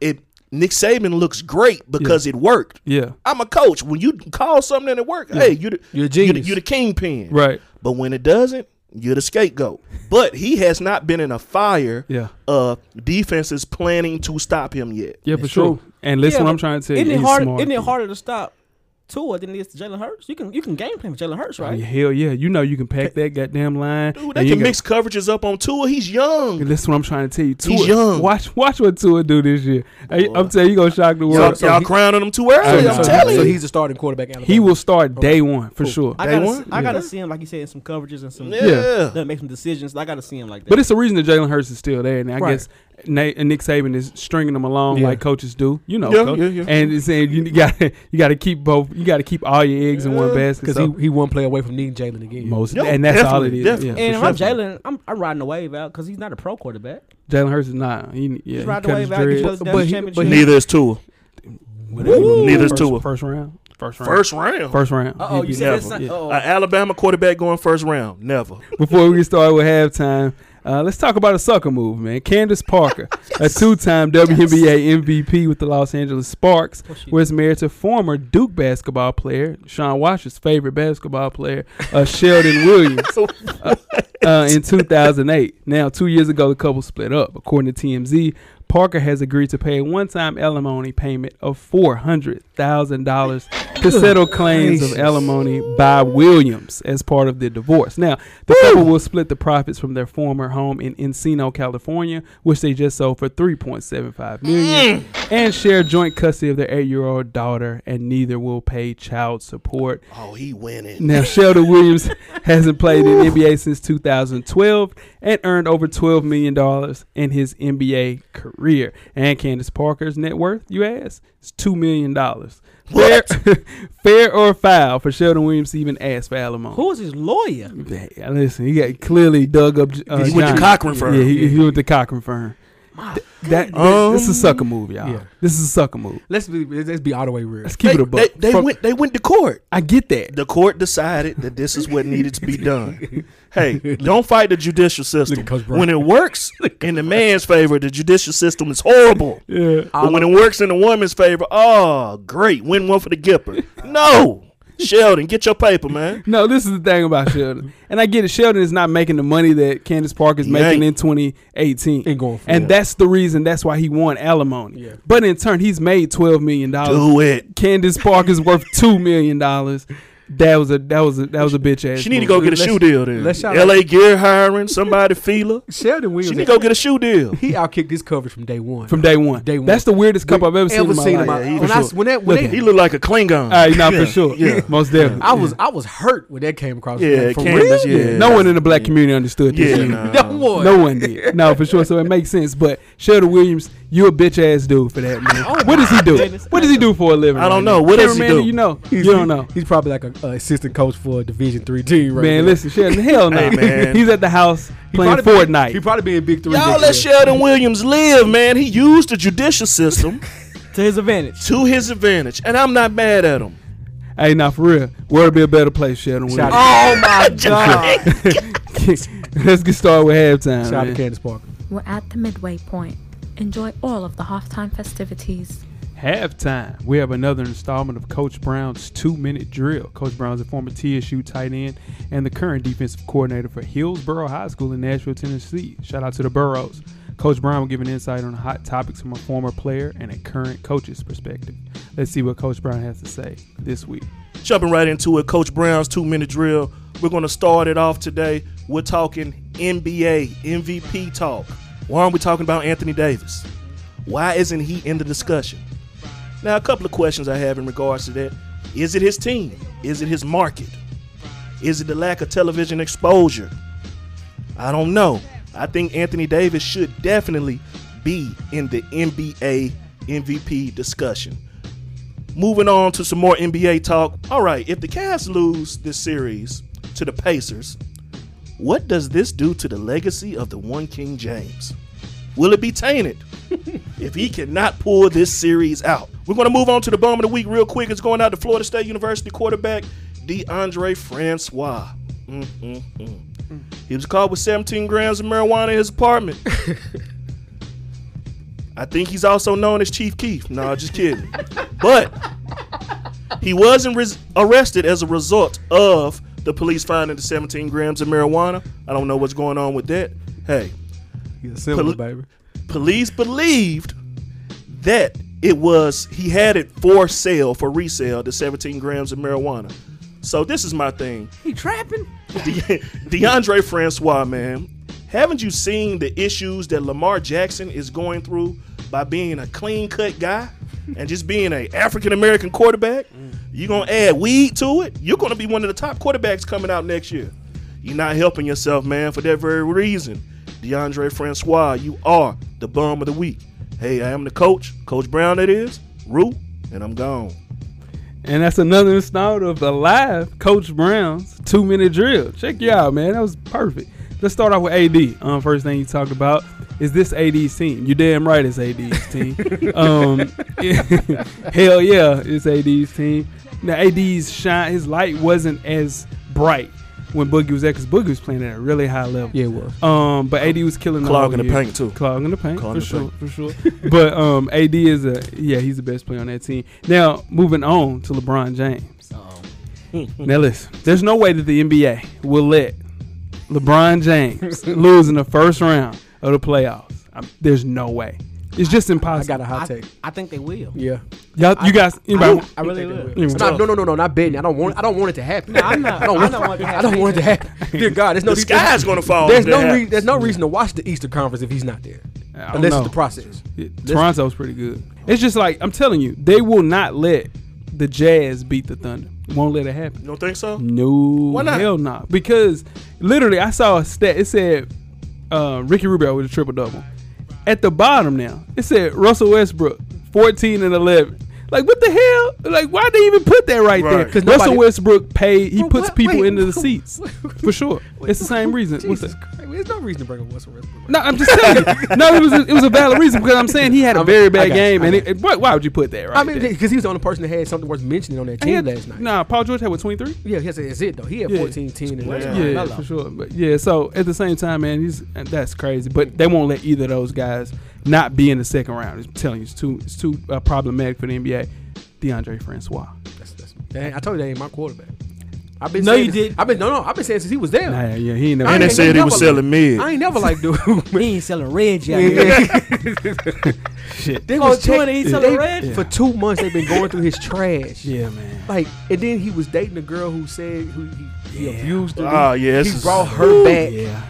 E: It Nick Saban looks great because it worked.
B: yeah.
E: I'm a coach. When you call something and it work, hey, you the,
A: You're a
E: you the,
A: genius.
E: you the kingpin.
B: Right.
E: But when it doesn't, you're the scapegoat. But he has not been in a fire
B: Yeah.
E: of defenses planning to stop him yet.
B: Yeah, for
A: That's
B: sure.
A: true.
B: And listen, what I'm trying to tell you.
C: Isn't it
B: he's
C: harder?
B: smart.
C: Isn't it harder to stop Tua than it is to Jalen Hurts? You can you can game plan for Jalen Hurts,
B: Oh,
C: right?
B: yeah, hell yeah. You know you can pack that goddamn line.
E: Dude,
B: and
E: they
B: you
E: can
B: got-
E: mix coverages up on Tua. He's young.
B: Listen, what I'm trying to tell you. Tua,
E: He's young.
B: Watch, watch what Tua do this year. Hey, I'm telling you, you gonna shock the
E: Y'all,
B: world.
A: so
E: y'all
A: he-
E: crowning him too early.
B: So
E: I'm
B: he-
E: telling
A: so
E: you.
A: he's a starting quarterback. Alabama.
B: he will start day one for sure.
C: I
E: They
C: gotta,
E: won?
C: see, I gotta see him like you said in some coverages and some
E: yeah.
C: that make some decisions. I gotta see him like that.
B: But it's the reason that Jalen Hurts is still there, and I
A: Right.
B: guess Nate and Nick Saban is stringing them along
A: Yeah.
B: like coaches do. You know,
E: Yeah,
B: coach.
E: yeah, yeah.
B: and it's saying you got you got to keep both. You got to keep all your eggs in one basket.
A: because
B: so
A: he he one play away from needing Jalen again.
B: most,
E: Yeah,
B: and that's all it
E: definitely,
B: is. Yeah,
E: definitely.
C: and if
B: for
C: I'm
B: sure.
C: Jalen, I'm, I'm riding the wave out because he's not a pro quarterback.
B: Jalen Hurts is not. He, yeah,
C: He's
B: he
C: riding
B: cut
C: the
B: his
C: wave out. He
B: dreads.
C: goes down
A: But
C: the
A: he-
C: championship.
A: but he-
E: Neither is Tua.
B: Whatever.
E: Woo. Neither's
B: first,
E: Tua.
B: First round. First round.
E: First round.
B: First round.
C: Uh-oh,
B: He'd
C: Oh, you
B: be
C: said that's
B: never.
C: not.
B: Yeah.
E: An
C: Uh-oh.
E: Alabama quarterback going first round. Never.
B: Before we get started with halftime, uh, let's talk about a sucker move, man. Candace Parker, a two-time WNBA MVP with the Los Angeles Sparks, was married to former Duke basketball player Sean Wash's favorite basketball player, uh, Sheldon Williams, uh, uh, in 2008. Now, two years ago, the couple split up. According to TMZ, Parker has agreed to pay a one-time alimony payment of four hundred thousand dollars to settle claims of
A: gracious.
B: alimony by Williams as part of the divorce. Now, the couple will split the profits from their former home in Encino, California, which they just sold for three point seven five million, and share joint custody of their eight-year-old daughter. And neither will pay child support.
E: Oh, he winning. *laughs*
B: Now, Sheldon Williams hasn't played in the NBA since 2012 and earned over $12 million in his NBA career. And Candace Parker's net worth, you ask, is $2 million. Where,
E: What?
B: *laughs* Fair or foul for Sheldon Williams to even ask for alimony?
C: Who is his lawyer?
B: Man, listen, he got clearly dug up. Uh,
E: He went to
B: Johnny.
E: Cochran firm.
B: Yeah, he, he went to Cochran firm. Th- that
E: goodness. Um,
B: this is a sucker move, y'all.
A: Yeah.
B: This is a sucker move.
A: Let's be let's let's be all the way real.
B: Let's keep
E: they,
B: it a buck.
E: they, they
A: From-
E: went. They went to court.
B: I get that.
E: The court decided that this is what needed to be done. Hey, don't fight the judicial system.
A: Coach Brown.
E: When it *laughs* works in the man's favor, the judicial system is *laughs* horrible.
B: Yeah,
E: But when it works in the woman's favor, oh, great, win one for the *laughs* Gipper. No, Sheldon, get your paper, man.
B: No, this is the thing about Sheldon, and I get it. Sheldon is not making the money that Candace Parker is
E: He
B: making
E: ain't.
B: in 2018,
A: Ain't going for
B: and
A: it.
B: that's the reason. That's why he won alimony.
A: Yeah.
B: But in turn, he's made 12 million dollars.
E: Do it.
B: Candace Parker's worth two million dollars. That was a that was a that was a bitch ass.
E: She need to
B: move.
E: go get a shoe deal then.
A: let's shout
E: L.A. Gear hiring somebody, Fila.
A: Sheldon Williams.
E: *laughs* She need to go get a shoe *laughs* deal.
A: he outkicked his coverage from day one.
B: from day one.
A: Day one.
B: That's the weirdest cup I've ever seen in my life.
E: my- Yeah, he-
A: when
E: for
A: I
E: sure.
A: when that when
B: Look,
A: they,
E: He look like a Klingon.
B: All right, not for sure.
E: Yeah.
B: Most definitely.
A: I was I was hurt when that came across.
E: Yeah,
A: from
E: Candace,
A: real?
E: yeah.
B: no one in the black community understood
E: Yeah,
B: this.
E: nah.
A: No one.
B: No one did. No, for sure. So it makes sense. But Sheldon Williams, you a bitch ass dude for that, man. what does he do? What does he do for a living?
E: I
B: right
E: don't know.
B: now?
E: What does he
B: Cameraman,
E: do?
B: You know. you don't know.
A: He's probably like a uh, assistant coach for a Division Three team, right?
B: Man,
A: now.
B: listen, Sheldon, hell no.
E: Hey, man.
B: *laughs* He's at the house
A: He
B: playing
A: probably be-
B: Fortnite.
A: He probably be in Big Three.
E: *laughs* Y'all
A: next
E: let
A: year.
E: Sheldon Williams live, man. He used the judicial system
C: To his advantage.
E: to his advantage, and I'm not mad at him.
B: hey, now for real, world would be a better place, Sheldon
A: Shout
B: Williams.
A: out-
E: Oh *laughs* my God!
B: *laughs* Let's get started with halftime.
A: shout out to
B: man.
A: Candace Parker.
D: We're at the midway point. Enjoy all of the halftime festivities.
B: Halftime, we have another installment of Coach Brown's two minute drill. Coach Brown's a former TSU tight end and the current defensive coordinator for Hillsborough High School in Nashville, Tennessee. Shout out to the Burrows. Coach Brown will give an insight on hot topics from a former player and a current coach's perspective. Let's see what Coach Brown has to say this week.
E: Jumping right into it, Coach Brown's two minute drill. We're going to start it off today. We're talking NBA, MVP talk. Why aren't we talking about Anthony Davis? Why isn't he in the discussion? Now, a couple of questions I have in regards to that. Is it his team? Is it his market? Is it the lack of television exposure? I don't know. I think Anthony Davis should definitely be in the NBA MVP discussion. Moving on to some more NBA talk. All right, if the Cavs lose this series to the Pacers, what does this do to the legacy of the one King James? Will it be tainted if he cannot pull this series out? We're going to move on to the bum of the week real quick. It's going out to Florida State University quarterback DeAndre Francois. Mm-mm-mm. He was caught with 17 grams of marijuana in his apartment. I think he's also known as Chief Keef. No, just kidding. But he wasn't res- arrested as a result of the police finding the 17 grams of marijuana. I don't know what's going on with that. Hey,
A: He's a similar
E: Poli-
A: baby.
E: police believed that it was he had it for sale for resale the 17 grams of marijuana. So this is my thing.
C: He trapping?
E: De- *laughs* DeAndre Francois, man, haven't you seen the issues that Lamar Jackson is going through by being a clean cut guy and just being a African American quarterback? You're gonna add weed to it. You're gonna be one of the top quarterbacks coming out next year. You're not helping yourself, man, for that very reason. DeAndre Francois, you are the bum of the week. Hey, I am the coach, Coach Brown. That is Rue, and I'm gone.
B: And that's another installment of the live Coach Brown's two minute drill. Check you out, man. That was perfect. Let's start off with AD. Um, first thing you talked about is this AD's team. You damn right it's AD's
A: *laughs*
B: team. um, *laughs* hell yeah, it's AD's team. Now AD's shine, his light wasn't as bright when Boogie was there because Boogie was playing at a really high level.
A: Yeah, it was.
B: Um, but AD was killing all
E: Clogging the
B: year.
E: paint too.
B: Clogging the paint
E: Clogging
B: for
E: the
B: sure, for sure. but um, AD is a yeah, he's the best player on that team. Now moving on to LeBron James.
C: Oh.
B: Now listen, there's no way that the NBA will let LeBron James lose in the first round of the playoffs. i there's no way. It's just
A: I
B: impossible.
A: got a hot
C: I,
A: take.
C: I think they will.
A: Yeah,
B: Y'all, you guys, anybody?
C: I really will.
B: Anyway.
A: No, no, no, no, no, not betting. I don't want. I don't want it to happen.
C: No, I'm not-
A: I don't
C: I
A: want,
C: don't want it to
A: I don't want it to happen. Dear God, there's no.
E: The sky's gonna fall.
B: Oh,
A: There's
E: if that
A: no. Re-
E: happens.
A: there's no reason to watch the Easter Conference if he's not there,
B: I don't
A: unless
B: know.
A: it's the process.
B: Yeah, Toronto's pretty good. It's just like I'm telling you, they will not let the Jazz beat the Thunder. Won't let it happen.
E: You don't think so?
B: No,
E: not?
B: hell not. Because literally, I saw a stat. It said uh, Ricky Rubio with a triple double. At the bottom now, it said Russell Westbrook, 14 and 11. Like what the hell? Like why they even put that right, there?
E: Right.
B: Because
A: 'Cause
B: Russell
A: nobody-
B: Westbrook paid. He
A: Bro,
B: puts
A: what-
B: people
A: wait,
B: into
A: *laughs*
B: the
A: what-
B: seats for sure. It's the same reason. What's
A: Jesus
B: that?
A: Christ, there's no reason to bring up Russell Westbrook.
B: No, I'm just telling you. No, it was a, it was a valid reason because I'm saying he had a very
A: got
B: bad
A: you,
B: game,
A: I
B: and
A: got
B: it, it- why, why would you put that right?
A: I mean,
B: there?
A: because he was the only person that had something worth mentioning on that
B: And he
A: team
B: had-
A: last night.
B: Nah, Paul George had what 23.
A: Yeah, yes, that's it though. He had
B: Yeah.
A: 14, 10, and
E: Yeah.
B: Yeah,
C: Mello.
B: for sure. But yeah, so at the same time, man, he's that's crazy. But they won't let either of those guys not be in the second round. I'm telling you, it's too it's too uh, problematic for the NBA. DeAndre Francois.
A: That's, that's, that ain't- I told you that ain't my quarterback. I've been
B: No,
A: saying
B: you
A: this-
B: did.
A: I've been no, no. I've been saying since he was there.
B: Nah, yeah, he ain't never.
A: I
E: And they
A: ain't
E: said he
A: never
E: was
A: believe-
E: selling mid.
A: I ain't never liked dude. *laughs*
C: He ain't selling red yet.
B: *laughs* shit.
A: They
C: Oh,
A: was check-
C: Jordan, he
A: they-
C: selling red?
A: for two months. They've been going through his trash.
B: Yeah, man.
A: Like, and then he was dating a girl who said who he, he
B: Yeah.
A: abused her.
E: Ah, yeah, this
A: he
E: is-
A: brought her back.
B: Yeah,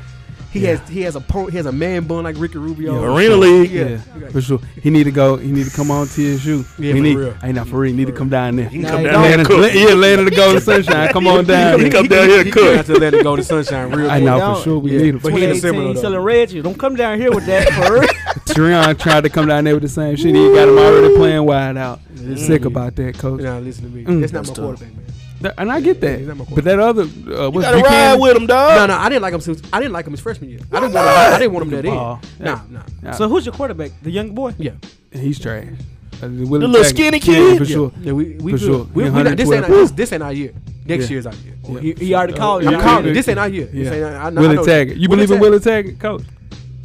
A: He
B: yeah.
A: has he has a punk, he has a man bun like Ricky Rubio.
B: Yeah,
E: Arena League.
B: yeah,
A: Yeah. *laughs*
B: for sure. He need to go. He need to come on TSU.
A: Yeah,
B: he
A: for
B: need,
A: real.
B: Hey, not for real. He need to come down there.
E: He can
C: Nah,
E: come
C: he
E: down
C: don't.
E: here
B: Land
E: and
B: of,
E: cook.
B: yeah, land of the golden sunshine. Come on down.
E: He
B: here.
E: come down here and
A: Got
E: cook.
A: to let it go to sunshine real
B: *laughs* I
A: quick.
B: know
C: down.
B: for sure. We
A: Yeah.
B: need him.
A: But he in the
C: 2018,
A: similar, though.
C: selling red yet. Don't come down here with that for real.
B: Treon tried to come down there with the same shit. He got him already playing wide out. Sick about that, coach.
A: Nah, listen to me.
B: Mm.
A: That's not my
E: That's tough.
A: quarterback, man.
B: Th- And I get
A: he's
B: that.
A: not my
B: But that other uh,
E: You
B: what's
E: gotta ride
B: Buchanan?
E: with him,
A: No,
E: dog.
A: no, I didn't like him since I didn't like him his freshman year. I didn't want him, I didn't want him that
B: Ball.
A: in. Nah, nah.
B: Nah,
C: so who's your quarterback? The young boy?
A: Yeah.
B: he's trash. Uh, The
E: little skinny kid?
B: for
A: yeah.
B: sure.
A: Yeah, we, we
B: For
A: good.
B: sure.
A: We,
B: Yeah,
A: we not, this, ain't our,
B: 112.
A: this, this ain't our year. Next
B: Yeah.
A: year's our year.
B: Yeah. Uh,
C: He, he already called you.
A: I'm
B: Yeah.
A: calling it.
B: Yeah.
A: This ain't our year. This
B: Yeah.
A: ain't our, I, know- I
B: Willie
A: know-
B: Taggart. You
A: Willie
B: believe in
A: Taggart.
B: Willie Taggart, coach?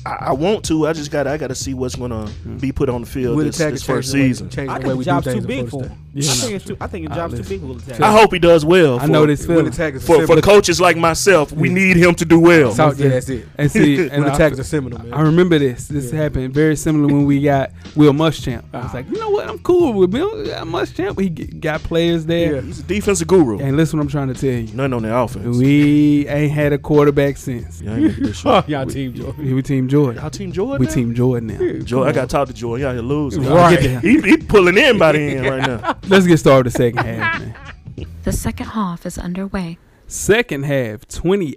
E: I, I want to. I just got. to I got to see what's gonna
B: Mm.
E: be put on the field
A: Willie
E: this,
A: Taggart
E: this first
A: changed the way-
E: season.
A: changed
C: I
A: the way
C: think
A: we
C: the
A: do
C: job's
A: things
C: too
A: in
C: big
A: Florida
C: for
A: State.
C: him.
B: Yeah,
C: I
B: no.
C: think it's too. I think the
B: Ah,
C: job's too
B: listen.
C: big for Willie
E: I
C: Taggart.
E: hope he does well.
B: I know
E: for-
B: this
A: Willie
B: feeling.
A: Taggart's a
E: For, for
A: seminal.
E: coaches like myself,
B: Mm.
E: we need him to do well.
A: So- yeah, that's it.
B: And
E: *laughs*
B: see, and
A: Willie
B: I-
A: Taggart's a seminal, man.
B: I remember this. This
A: Yeah.
B: happened very similar when we got Will Muschamp. I
E: Uh-huh.
B: was
A: Ah.
B: like, you know what? I'm cool with Bill yeah, Muschamp. He g- got players there.
A: Yeah.
E: He's a defensive guru.
B: And listen, what I'm trying to tell you.
E: None on the offense.
B: We ain't had a quarterback since.
E: Y'all ain't
B: *laughs*
E: making this shit.
A: Fuck y'all team, Joe.
B: We Team Jordan.
E: Y'all team Jordan.
B: We
E: now?
B: Team Jordan now.
E: Joy, I got to talk to Joy. Y'all here losing.
B: Right.
E: He, he pulling in by the end right
B: *laughs*
E: now.
B: Let's get started with the second
E: *laughs*
B: half, man.
D: The second half is underway.
B: Second half,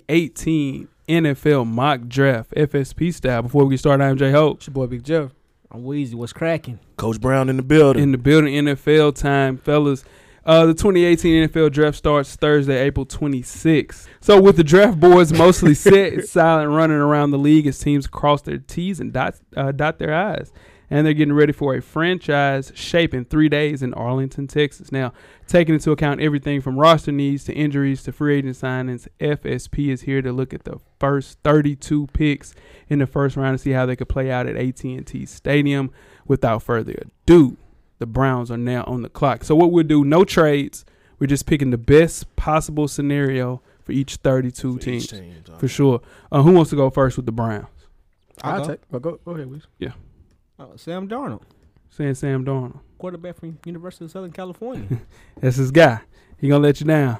B: 2018 NFL mock draft, FSP style. Before we get started, I'm Jay Hope.
A: It's your boy Big Jeff.
C: I'm Weezy. What's cracking?
E: Coach Brown in the building.
B: In the building, NFL time, fellas. Uh, the 2018 NFL draft starts Thursday, April 26th. So, with the draft boards mostly set, it's silent running around the league as teams cross their T's and dot, uh, dot their I's. And they're getting ready for a franchise shape in three days in Arlington, Texas. Now, taking into account everything from roster needs to injuries to free agent signings, FSP is here to look at the first 32 picks in the first round to see how they could play out at AT&T Stadium. Without further ado, the Browns are now on the clock. So what we'll do, no trades. We're just picking the best possible scenario for each 32
E: For
B: teams
E: each team, dog.
B: for sure. Uh, who wants to go first with the Browns?
A: I'll
C: go.
A: take. Well, go, go ahead, Wiz.
C: Uh, Sam Darnold,
B: Saying Sam Darnold.
C: quarterback from University of Southern *laughs* California.
B: That's his guy. He gonna let you down.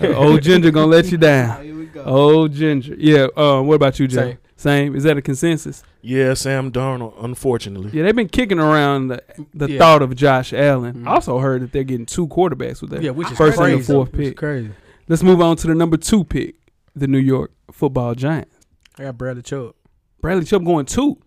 B: Uh, old Ginger gonna let you down.
C: here we go.
B: Old Ginger. Yeah. Uh, what about you, Jay?
A: Same.
B: Same. Is that a consensus?
E: yeah, Sam Darnold, unfortunately.
B: Yeah, they've been kicking around the, the
A: Yeah.
B: thought of Josh Allen.
A: Mhm.
B: I also heard that they're getting two quarterbacks with that.
A: Yeah, which is
B: First
A: crazy.
B: and the fourth
A: Which is
B: pick.
A: Crazy.
B: Let's move on to the number two pick, the New York Football Giants.
A: I got Bradley Chubb.
B: Bradley Chubb going two.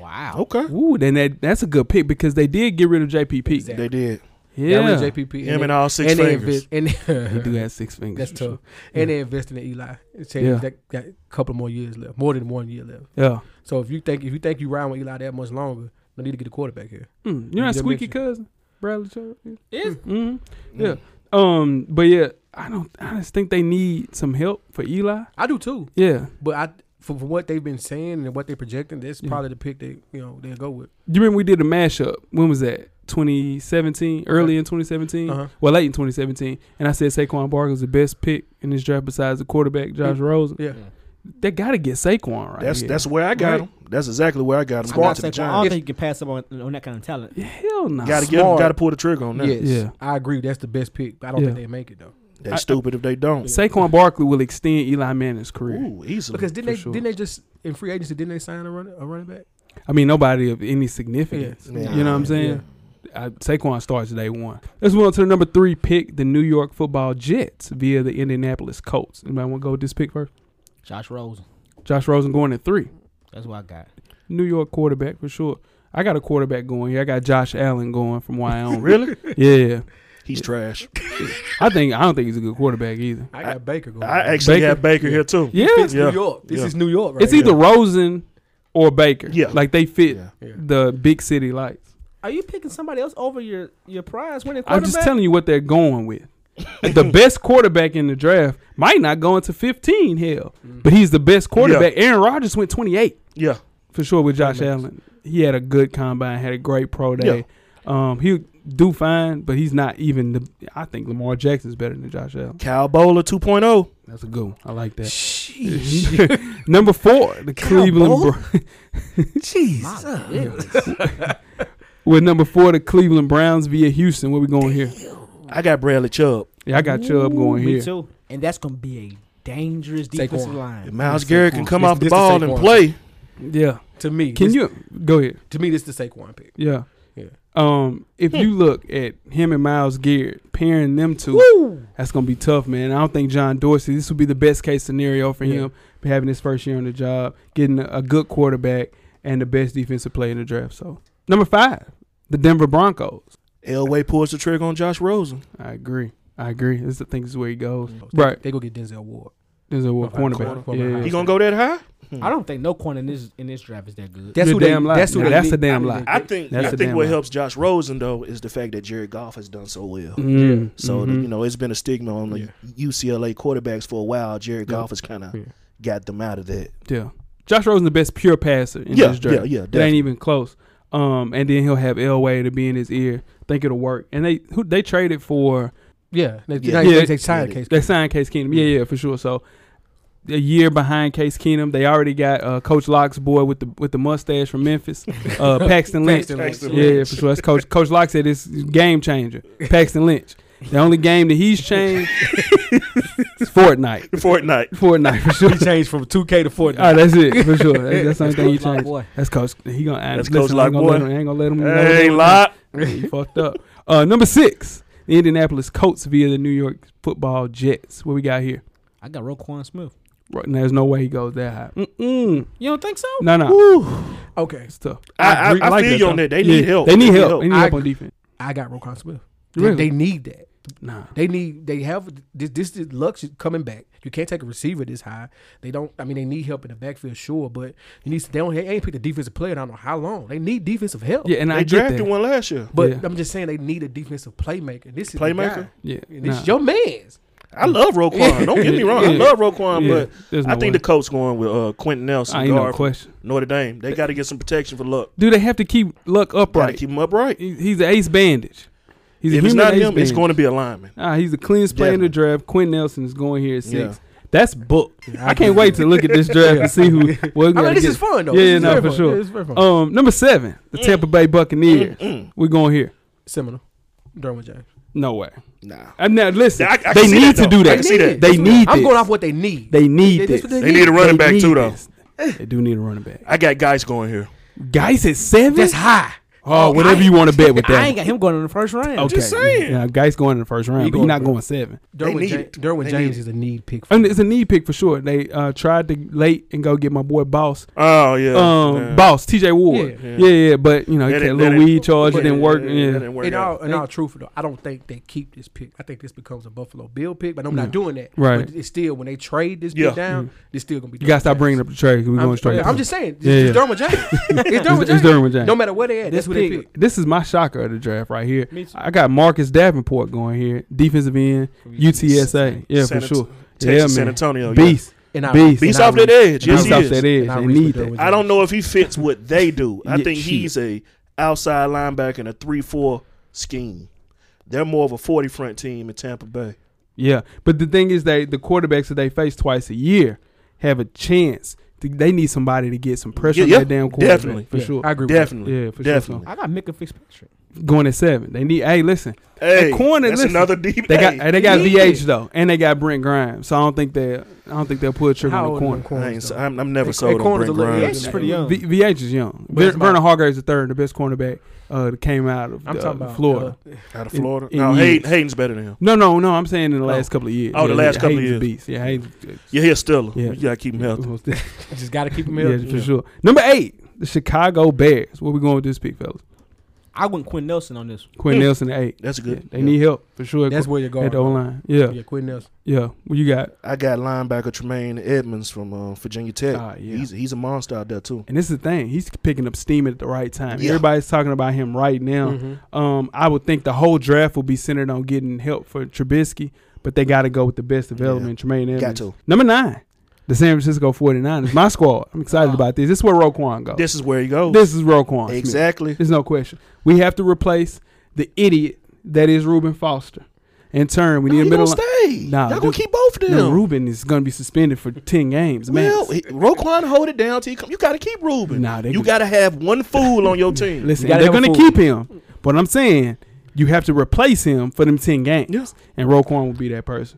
C: Wow.
E: Okay.
B: Ooh, then that that's a good pick because they did get rid of JPP.
A: Exactly.
E: They did.
B: Yeah,
A: Got rid of JPP.
E: Him
A: they-
E: and all six
A: and they
E: fingers.
A: invest-
B: *laughs*
A: and
B: he do have six fingers.
A: That's tough.
B: Yeah.
A: And they invest in Eli. It's
B: Yeah.
A: that got a couple more years left, more than one year left.
B: Yeah,
A: So if you think if you think you ride with Eli that much longer, no need to get a quarterback here.
B: mm, you're not
A: Yeah,
B: squeaky
A: makes you-
B: cousin, Bradley Chubb.
C: Is
B: hmm Yeah. Um, but yeah, I don't. I just think they need some help for Eli.
A: I do too,
B: Yeah,
A: but I for, for what they've been saying and what they're projecting, that's
B: Yeah.
A: probably the pick they you know they'll go with.
B: you remember we did a mashup? When was that? 2017, early in 2017,
A: Uh-huh.
B: well, late in 2017, and I said Saquon Barkley was the best pick in this draft besides the quarterback Josh
A: Yeah.
B: Rosen.
A: Yeah,
B: They got to get Saquon right.
E: That's
B: here.
E: that's where I got
B: Right.
E: him. That's exactly where I got him.
C: I,
E: Going
C: got
E: to
C: to say,
E: the
C: well, I don't
E: Giants.
C: think you can pass up on, on that kind of talent.
B: hell no.
E: Got to get him.
A: Smart.
E: Got to pull the trigger on that.
A: yes,
B: Yeah.
A: I agree. That's the best pick. but I don't
B: Yeah.
A: think they make it though
E: That's
B: I-
E: stupid if they don't.
B: Saquon Barkley will extend Eli Manning's career.
E: Ooh, easily.
A: because didn't
B: for
A: they
B: sure.
A: didn't they just in free agency didn't they sign a running a running back?
B: I mean, nobody of any significance.
E: Yeah.
B: You know what I'm saying? I, Saquon starts day one. Let's move on to the number three pick, the New York Football Jets via the Indianapolis Colts. Anybody want to go with this pick first?
C: Josh Rosen.
B: Josh Rosen going at three.
C: That's what I got.
B: New York quarterback for sure. I got a quarterback going here. I got Josh Allen going from Wyoming.
E: *laughs* Really?
B: Yeah.
E: He's trash.
B: I think I don't think he's a good quarterback either.
A: I got Baker going.
E: I actually
B: Baker?
E: have Baker here too.
B: Yeah.
A: It's
E: Yeah.
A: New York. This
E: Yeah.
A: is New York, right?
B: It's either Rosen or Baker.
E: Yeah.
B: Like they fit
E: Yeah.
A: Yeah.
B: the big city lights.
C: Are you picking somebody else over your your prize winning
B: I'm
C: quarterback?
B: just telling you what they're
A: *laughs*
B: going with. the best quarterback in the draft might not go into 15, hell,
A: Mm-hmm.
B: but he's the best quarterback. Aaron Rodgers went 28
E: Yeah.
B: for sure with Josh
A: That makes-
B: Allen. He had a good combine, had a great pro day. Um, he'll do fine, but he's not even the. I think Lamar Jackson's better than Josh Allen.
E: Cal Bowler oh. 2.0.
B: That's a good one. I like that. *laughs*
E: Jeez.
B: Number four, the Cleveland.
E: Bowler?
B: Bro-
E: Jesus.
B: with number four, the Cleveland Browns via Houston. Where we going here?
E: I got Bradley Chubb.
B: Yeah, I got Chubb going
C: Me
B: here.
C: too. And that's gonna be a dangerous defensive
A: Saquon.
E: If
C: line.
E: Miles
A: Saquon.
E: Garrett can come
A: This-
E: off the
A: this the
E: ball and
A: Saquon.
E: play.
B: Yeah.
A: to me.
B: Can
A: this-
B: you go ahead?
A: To me, this is the Saquon pick.
B: Yeah.
A: Yeah.
B: Um,
E: Hmm.
B: if you look at him and Miles Garrett pairing them two, that's gonna be tough, man. I don't think John Dorsey. This would be the best case scenario for
A: Yeah.
B: him, having his first year on the job, getting a, a good quarterback and the best defensive player in the draft. So number five, the Denver Broncos.
E: Elway pulls the trigger on Josh Rosen.
B: I agree. I agree. This I think is where he goes.
A: Right.
B: Right.
A: They go get Denzel Ward.
B: There's a
A: Quarterback.
B: cornerback.
A: Quarterback.
B: Yeah.
E: He gonna go that high?
C: I don't think no corner in this in this draft is that good.
A: That's who
B: You're a
A: they.
B: damn lie.
A: That's who
B: Now,
A: they.
B: that's
A: need.
B: a damn
A: mean,
B: lie.
A: they-
E: I think
B: That's
E: I
B: a
E: think
B: damn
E: what
B: lie.
E: helps Josh Rosen though is the fact that Jared Goff has done so well.
B: Mm,
E: So
B: mhm.
E: you know it's been a stigma on the UCLA quarterbacks for a while. Jared Goff has kind of
A: Yeah.
E: got them out of that.
B: Yeah. Josh Rosen the best pure passer in
E: Yeah,
B: this draft.
E: yeah, yeah,
B: That ain't
E: definitely.
B: even close. Um, and then he'll have Elway to be in his ear. Think it'll work. And they who they traded for
A: Yeah. They,
E: Yeah.
A: They,
B: Yeah.
A: they signed
E: Yeah.
A: Case.
B: they signed Case Keenum.
E: Mm-hmm.
B: Yeah, yeah, for sure. So a year behind Case Keenum, they already got uh, Coach Locke's boy with the with the mustache
A: *laughs*
B: from Memphis, uh, Paxton Lynch.
A: Paxton Lynch.
B: Yeah, yeah, for sure. That's Coach Coach Locke said it's game changer. Paxton Lynch. The only game that he's changed is Fortnite.
E: Fortnite.
B: Fortnite
A: *laughs*
B: for sure.
A: He changed from 2K to
B: All
A: 4.
B: right, that's it for sure. That's, that's the only thing he
C: Coach Lock
B: changed.
C: boy.
B: That's coach. He gonna add.
E: That's
B: listen,
E: Coach
B: I
E: Lock
B: ain't gonna let
E: boy.
B: him- I ain't gonna let him. know
E: Hey,
B: that.
E: lot.
B: He fucked up. Uh, number six, the Indianapolis Colts via the New York Football Jets. What we got here?
C: I got Roquan Smith.
B: Right, and there's no way he goes that high. Mm-mm.
C: You don't think so?
B: No, no,
A: Okay.
B: it's tough.
E: I, I,
B: agree-
E: I
B: like
E: feel
B: that,
E: you
B: though.
E: on that. They
B: Yeah,
E: need help.
B: They need help. They need
A: I
B: help
A: agree.
B: on defense.
A: I got Roquan Smith.
B: Really?
A: They, they need that.
B: Nah.
A: They need. They have this. This is luck coming back. You can't take a receiver this high. They don't. I mean, they need help in the backfield, sure, but you need. They don't. They ain't picked a defensive player. in I don't know how long. They need defensive help.
B: Yeah, and I
E: They
B: get
E: drafted
B: that.
E: one last year.
A: But
B: Yeah.
A: I'm just saying they need a defensive playmaker. This is the
E: Playmaker?
A: guy.
B: Yeah.
A: And This
B: nah.
A: is your man's.
E: I love Roquan. Don't get me wrong. I
B: Yeah.
E: love Roquan,
B: Yeah,
E: but
B: there's
E: I
B: no
E: think
B: way.
E: the coach going with uh, Quentin Nelson,
B: I
E: guard
B: ain't no
E: from
B: question.
E: Notre Dame. They got to get some protection for luck.
B: Do they have to keep Luck
E: Got to
B: upright?
E: keep him upright.
B: He- he's an ace bandage. He's
E: if
B: a
E: it's
B: human
E: not
B: ace
E: him, it's
B: bandage.
E: going to be a lineman.
B: Ah, he's the cleanest player in the draft. Quinn Nelson is going here at six. That's booked.
A: Yeah, I
B: I, can't wait to look at this draft
A: *laughs*
B: and see who. Well,
A: I mean, this is fun though.
B: Yeah,
A: This
B: yeah,
A: is
B: no,
A: very
B: for
A: fun.
B: sure.
A: Yeah, it's very fun. Mm.
B: um number seven, the Tampa Bay Buccaneers. We're going here.
A: Seminole, Derwin James.
B: No way.
E: Nah.
B: And now listen,
E: Yeah, I- I can
B: they
E: see
B: need
E: that,
B: to do
E: though.
B: that.
E: I can see that.
B: They need.
A: I'm
B: this.
A: going off what they need.
B: They
A: They-
B: need
A: that's
B: this.
A: what
E: They need a running back,
B: need
E: too, though.
B: this.
A: Eh.
B: They do need a running back.
E: I got guys going here.
B: Guys at seven.
A: That's high.
B: oh, whatever
C: I-
B: you want to bet with that.
C: I ain't got him going in the first round.
B: okay.
E: just saying.
B: Yeah, Geis going in the first round,
A: He
B: but
A: going
B: he's not
A: for-
B: going seven.
A: Derwin,
E: need
A: James,
E: it.
A: Derwin
E: They
A: James
E: need it.
A: is a need pick. For
B: And it's a need pick for sure. They uh, tried to late and go get my boy Boss
E: Oh, yeah.
B: um,
E: yeah.
B: boss TJ Ward.
E: Yeah.
B: Yeah. yeah, But you know, he had
E: That
B: a
E: didn't-
B: little
E: that
B: weed charge. It
E: But-
B: didn't work.
E: yeah, that
B: Yeah,
E: didn't work
A: in
E: out.
A: all, in all truth, though, I don't think they keep this pick. I think this becomes a Buffalo Bill pick, but I'm
B: No.
A: not doing that.
B: Right.
A: But it's still when they trade this
E: Yeah.
A: pick down, it's still gonna be.
B: you gotta stop
A: Derwin
B: bringing up the trade. We're
A: James.
B: going
A: I'm,
B: straight.
A: yeah, I'm
B: to-
A: just saying, it's,
B: Yeah,
A: it's
B: yeah.
A: Derwin James. it's Derwin
B: It's,
A: James.
B: it's Derwin James.
A: No matter where they at, that's
C: This
A: who they
C: pick-
A: pick.
B: This is my shocker of the draft right here.
C: Me too.
B: I got Marcus Davenport going here, defensive end, UTSA. Yeah,
E: San-
B: for sure.
E: Texas,
B: yeah,
E: San
B: man.
E: Antonio. yeah.
B: Beast,
A: And I-
B: beast,
E: Beast
A: And I
E: off that edge. Yes,
B: beast
E: he
B: off
E: is.
B: that edge.
A: I
B: They
A: reach for
B: need
A: Derwin
B: that.
E: I don't know if he fits what they do. I
B: Yeah,
E: think
B: shit.
E: he's a outside linebacker in a three-four scheme. They're more of a forty-front team in Tampa Bay.
B: Yeah, but the thing is, they the quarterbacks that they face twice a year have a chance. To, they need somebody to get some pressure
E: Yeah,
B: on
E: yeah,
B: that damn quarterback.
E: definitely.
B: for
A: Yeah,
B: sure.
A: I agree. with that.
E: Definitely.
B: yeah, for
E: Definitely.
C: I got Micah Fitzpatrick.
B: sure. Going at seven, they need. Hey, listen,
E: Hey,
B: That corner,
E: that's
B: listen,
E: another deep.
B: They got
E: hey,
B: they got
A: Yeah.
B: VH though, and they got Brent Grimes. So I don't think they I don't think they'll pull a trigger
A: How
B: on the
A: old are
B: corner.
A: them
E: I
A: corners,
E: ain't,
A: though?
E: I'm, I'm never
A: That-
E: sold
A: that
E: on
A: corner's
E: Brent
A: a little-
E: Grimes.
C: That's pretty young.
B: V- VH is young.
A: But it's
B: Ver-
A: about-
B: Vernon Hargraves the third, the best cornerback uh, that came out of
A: I'm
B: uh,
A: talking about
B: Florida.
A: uh,
E: out of
B: in-
E: Florida.
B: in
E: no,
B: years.
E: Hayden, Hayden's better than him.
B: no, no, no. I'm saying in the last couple of years.
E: Oh, the last couple of
B: Hayden's a
E: years.
B: Beast. Yeah, Hayden's,
E: Yeah, he's still.
B: Yeah.
E: You got to keep him healthy.
B: yeah,
A: just gotta keep him
B: yeah,
A: healthy.
B: for sure. Number eight, the Chicago Bears. What we going with this pick, fellas?
C: I went Quinn Nelson on this.
B: Quinn Nelson at eight.
E: That's good.
B: Yeah, they need help for sure.
A: That's where you're going.
B: at the O line. Yeah, yeah.
A: Yeah, Quinn Nelson.
B: What you got?
E: I got linebacker Tremaine Edmonds from uh, Virginia Tech.
B: Ah, yeah.
E: He's he's a monster out there too.
B: And this is the thing. He's picking up steam at the right time.
E: Yeah.
B: Everybody's talking about him right now.
C: Mm-hmm.
A: Mhm.
B: Um, I would think the whole draft will be centered on getting help for Trubisky, but they got to go with the best development. Tremaine Edmonds.
E: Got to.
B: Number nine, the San Francisco 49ers. My squad. I'm excited
C: Ah.
B: about this. This is where Roquan goes. This,
E: This is where he goes.
B: is Roquan. Smith.
E: exactly.
B: There's no question. We have to replace the idiot that is Reuben Foster. In turn, we
E: No,
B: need a
E: he
B: middle
E: gonna
B: line.
E: stay.
B: Nah,
E: Y'all
B: dude.
E: gonna keep both of them.
B: No, Reuben is going to be suspended for 10 games. Man.
E: well, he, Roquan hold it down till you come. You gotta keep Ruben.
B: Nah, they
E: you
B: could-
E: gotta have one fool on your team.
B: Listen,
A: You gotta
B: they're
A: have a
B: going to
A: fool.
B: keep him. But I'm saying you have to replace him for them 10 games.
E: Yeah.
B: And Roquan will be that person.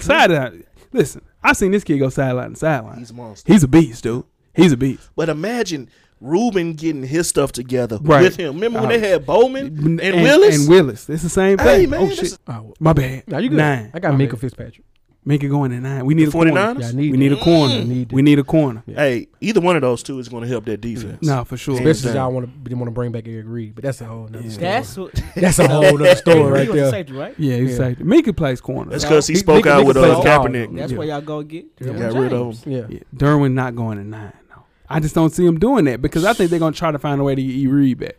B: Sideline. Listen, i seen this kid go sideline to sideline.
E: He's a monster.
B: He's a beast, dude. He's a beast.
E: But imagine Ruben getting his stuff together
B: Right.
E: with him. Remember when
B: Uh,
E: they had Bowman and,
B: and
E: Willis?
B: And Willis. It's the same thing.
E: Hey, man,
B: oh,
E: that's
B: shit.
A: Oh, well.
B: My bad.
A: now you good.
B: Nine.
A: I got
B: My
A: Mika
B: bad.
A: Fitzpatrick.
B: Make it going at nine. We need a corner.
E: 49ers?
A: Yeah, I
B: We
A: need
B: need a
A: that.
B: corner.
C: Mm.
E: Mm.
A: I need
B: We need a corner.
E: Hey, either one of those two is gonna help that defense.
B: No, for sure.
E: Especially-
A: Especially y'all want to want to bring back Eric Reed, but that's a whole nother
B: Yeah.
A: story.
C: That's what.
A: *laughs* That's a
C: *laughs*
A: whole nother story right
C: He was a
A: there.
C: safety, right?
B: yeah,
A: Yeah.
B: exactly. Mika plays corner.
E: That's because he
A: He-
E: spoke
A: they-
E: out
A: they
E: with
A: could
E: uh,
A: play all.
E: Kaepernick.
C: That's
B: Yeah.
C: where y'all go get.
B: Yeah.
C: Derwin
E: Got rid of
C: James.
E: him.
A: Yeah.
B: Yeah, Derwin not going at nine. No. I just don't see him doing that because I think they're gonna try to find a way to get E Reed back.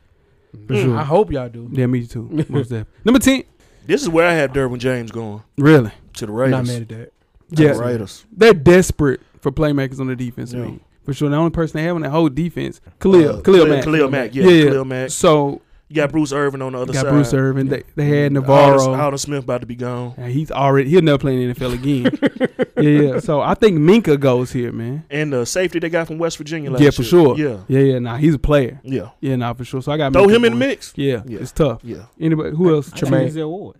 B: For
A: Mm. I
B: sure.
A: hope y'all do.
B: Yeah,
A: *laughs*
B: me too. Most definitely. Number ten.
E: This is where I have Derwin James going
B: Really?
E: to the
A: Not
E: Raiders.
A: mad at that.
E: To
B: Yeah.
E: the Raiders.
B: They're desperate for playmakers on the defense.
E: Yeah.
B: man. For sure. The only person they have on that whole defense, Khalil.
E: Uh,
B: Khalil, Mack.
E: Khalil Mack. Yeah,
B: Yeah, yeah.
E: Khalil Mack.
B: So
E: You got Bruce Irvin on the other
B: got
E: side. Mm-hmm.
B: Bruce Irvin. They, they had Navarro.
E: Alden, Alden Smith about to be gone.
B: Yeah, he's already he'll never play in the NFL again.
E: *laughs*
B: *laughs* yeah,
A: *laughs*
B: yeah. So I think Minka goes here, man.
E: And the safety they got from West Virginia last
B: Yeah, for
E: year.
B: sure.
E: Yeah.
B: Yeah, yeah. Nah, he's a player.
E: Yeah.
B: Yeah, nah, for sure. So I got
E: Throw
B: Minka
E: him in the
B: going.
E: mix.
B: Yeah,
E: Yeah.
B: it's tough.
E: Yeah.
B: Anybody who else?
C: I think
A: Tremaine.
C: Denzel Ward.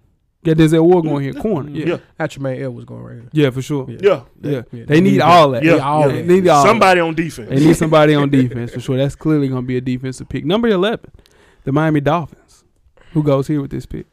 B: Got Denzel Ward going here, corner. Yeah, yeah,
E: Yeah.
A: How Tremaine L was going right here.
B: for sure. Yeah,
A: Yeah.
E: Yeah.
B: They need all that.
E: Yeah,
A: all
B: They
A: that.
B: need all. Somebody.
E: Somebody on defense.
B: They need somebody on defense for sure. That's clearly going to be a defensive pick. Number eleven, the Miami Dolphins. Who goes here with this pick?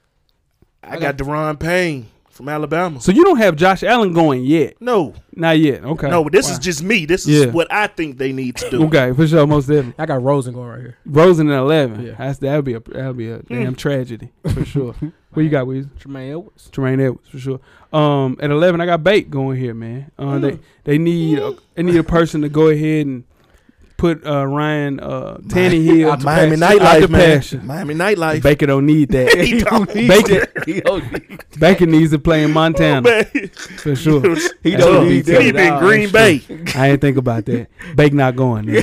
E: I got Deron Payne from Alabama.
B: So you don't have Josh Allen going yet?
E: No,
B: Not yet. Okay.
E: no, but this
B: Wow.
E: is just me. This
B: Yeah.
E: is what I think they need to do.
B: okay for sure. Most definitely.
A: I got Rosen going right
B: *laughs*
A: here.
B: Rosen at eleven.
A: Yeah.
B: That's that'd be a that'd be a damn tragedy for
E: *laughs*
B: sure. what you got, Weezy?
C: Tremaine Edwards.
B: Terrain Edwards for sure. Um, at eleven, I got Bate going here, man. Uh, They they need a, they need a person to go ahead and put uh, Ryan uh, Tannehill out to
E: *laughs* Miami
B: pasture- out
E: nightlife,
B: to
E: man.
B: pasture.
E: Miami nightlife. *laughs*
B: Baker don't need that. *laughs*
E: he don't need
B: Baker
A: he
B: Baker needs to play in Montana
E: that.
B: for sure. He
E: He
B: don't
E: don't
B: need
E: need
B: that
E: He
B: at
E: been
B: all.
E: Green Bay.
B: I ain't think about that. Bake not
A: *laughs*
B: going there.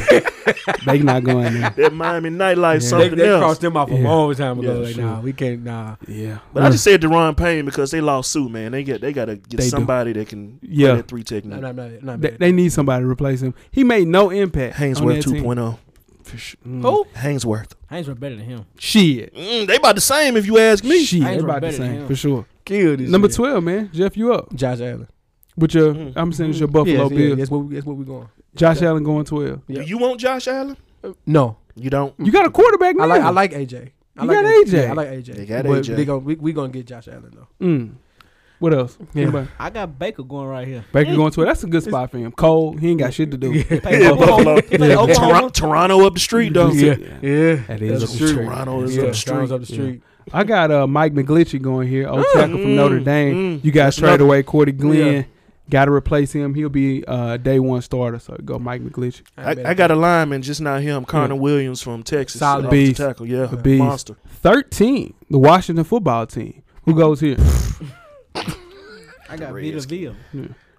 B: Bake not going there.
E: That Miami
B: Yeah.
E: nightlife
A: They,
E: something
A: they
E: else.
A: crossed him off a
B: Yeah.
A: long time ago.
E: Yeah,
A: like,
B: sure.
A: nah, we can't. Nah,
B: Yeah,
E: But I just said Deron Payne because they lost Sue, man. They get they gotta get
B: Mm. They do.
E: somebody that can
B: Yeah.
E: play that three
A: nah,
E: technique.
A: nah, nah, nah,
B: they, they need somebody to replace him. He made no impact. on
E: Hainsworth
B: that team.
E: 2.0.
B: For sure. Mm.
C: Who?
E: Hainsworth.
C: Haynes were better than him.
B: Shit.
E: Mm, they about the same if you ask me.
B: Shit.
C: Ain't
B: About the
C: better than
B: same
C: him.
B: for sure.
A: kill this
B: Number
A: shit.
B: twelve, man. Jeff, you up?
A: Josh Allen. Mm-hmm.
B: With your,
E: Mm.
B: I'm saying it's your Buffalo
A: yes, yeah,
B: Bills.
A: That's what we, that's what we going.
B: Josh Allen going twelve.
E: Do
A: Yeah.
E: you want Josh Allen?
A: No,
B: *laughs*
E: You don't.
B: You got a quarterback
A: Mm.
B: now.
A: I like I like AJ. I like
B: You got AJ.
A: Yeah, I like AJ.
E: They got
A: But
E: AJ.
A: They gonna, we we gonna get Josh Allen though.
B: Mm. What else?
A: Yeah. Mm.
B: Anybody?
C: I got Baker going right here.
B: Baker going twelve. That's a good spot for him. Cole, he ain't got shit to do.
C: Play Oklahoma.
E: Buffalo.
C: Play
B: Yeah.
C: Oklahoma.
E: Tor- Toronto up the street, though.
B: Yeah.
A: yeah.
B: That is
A: That's
B: up the
A: true.
B: street.
E: Toronto
B: That
E: is
B: up the
E: street.
A: Toronto's up the
B: Yeah.
A: street.
B: I got uh, Mike McGlinchey going here, old tackle from
E: mm,
B: Notre Dame.
E: mm.
B: you guys
E: That's
B: straight
E: another-
B: away, Cordy Glenn.
A: Yeah.
B: Got to replace him. He'll be uh, day one starter. So go Mike McGlinchey.
E: I, I got a lineman, just not him. Connor Williams from Texas. uh,
A: Solid.
E: Off the
B: Beast.
E: tackle, yeah.
B: A beast.
E: Monster.
B: Thirteen, the Washington football team. Who goes here?
C: I got Vita
E: Redskins.
C: Villa.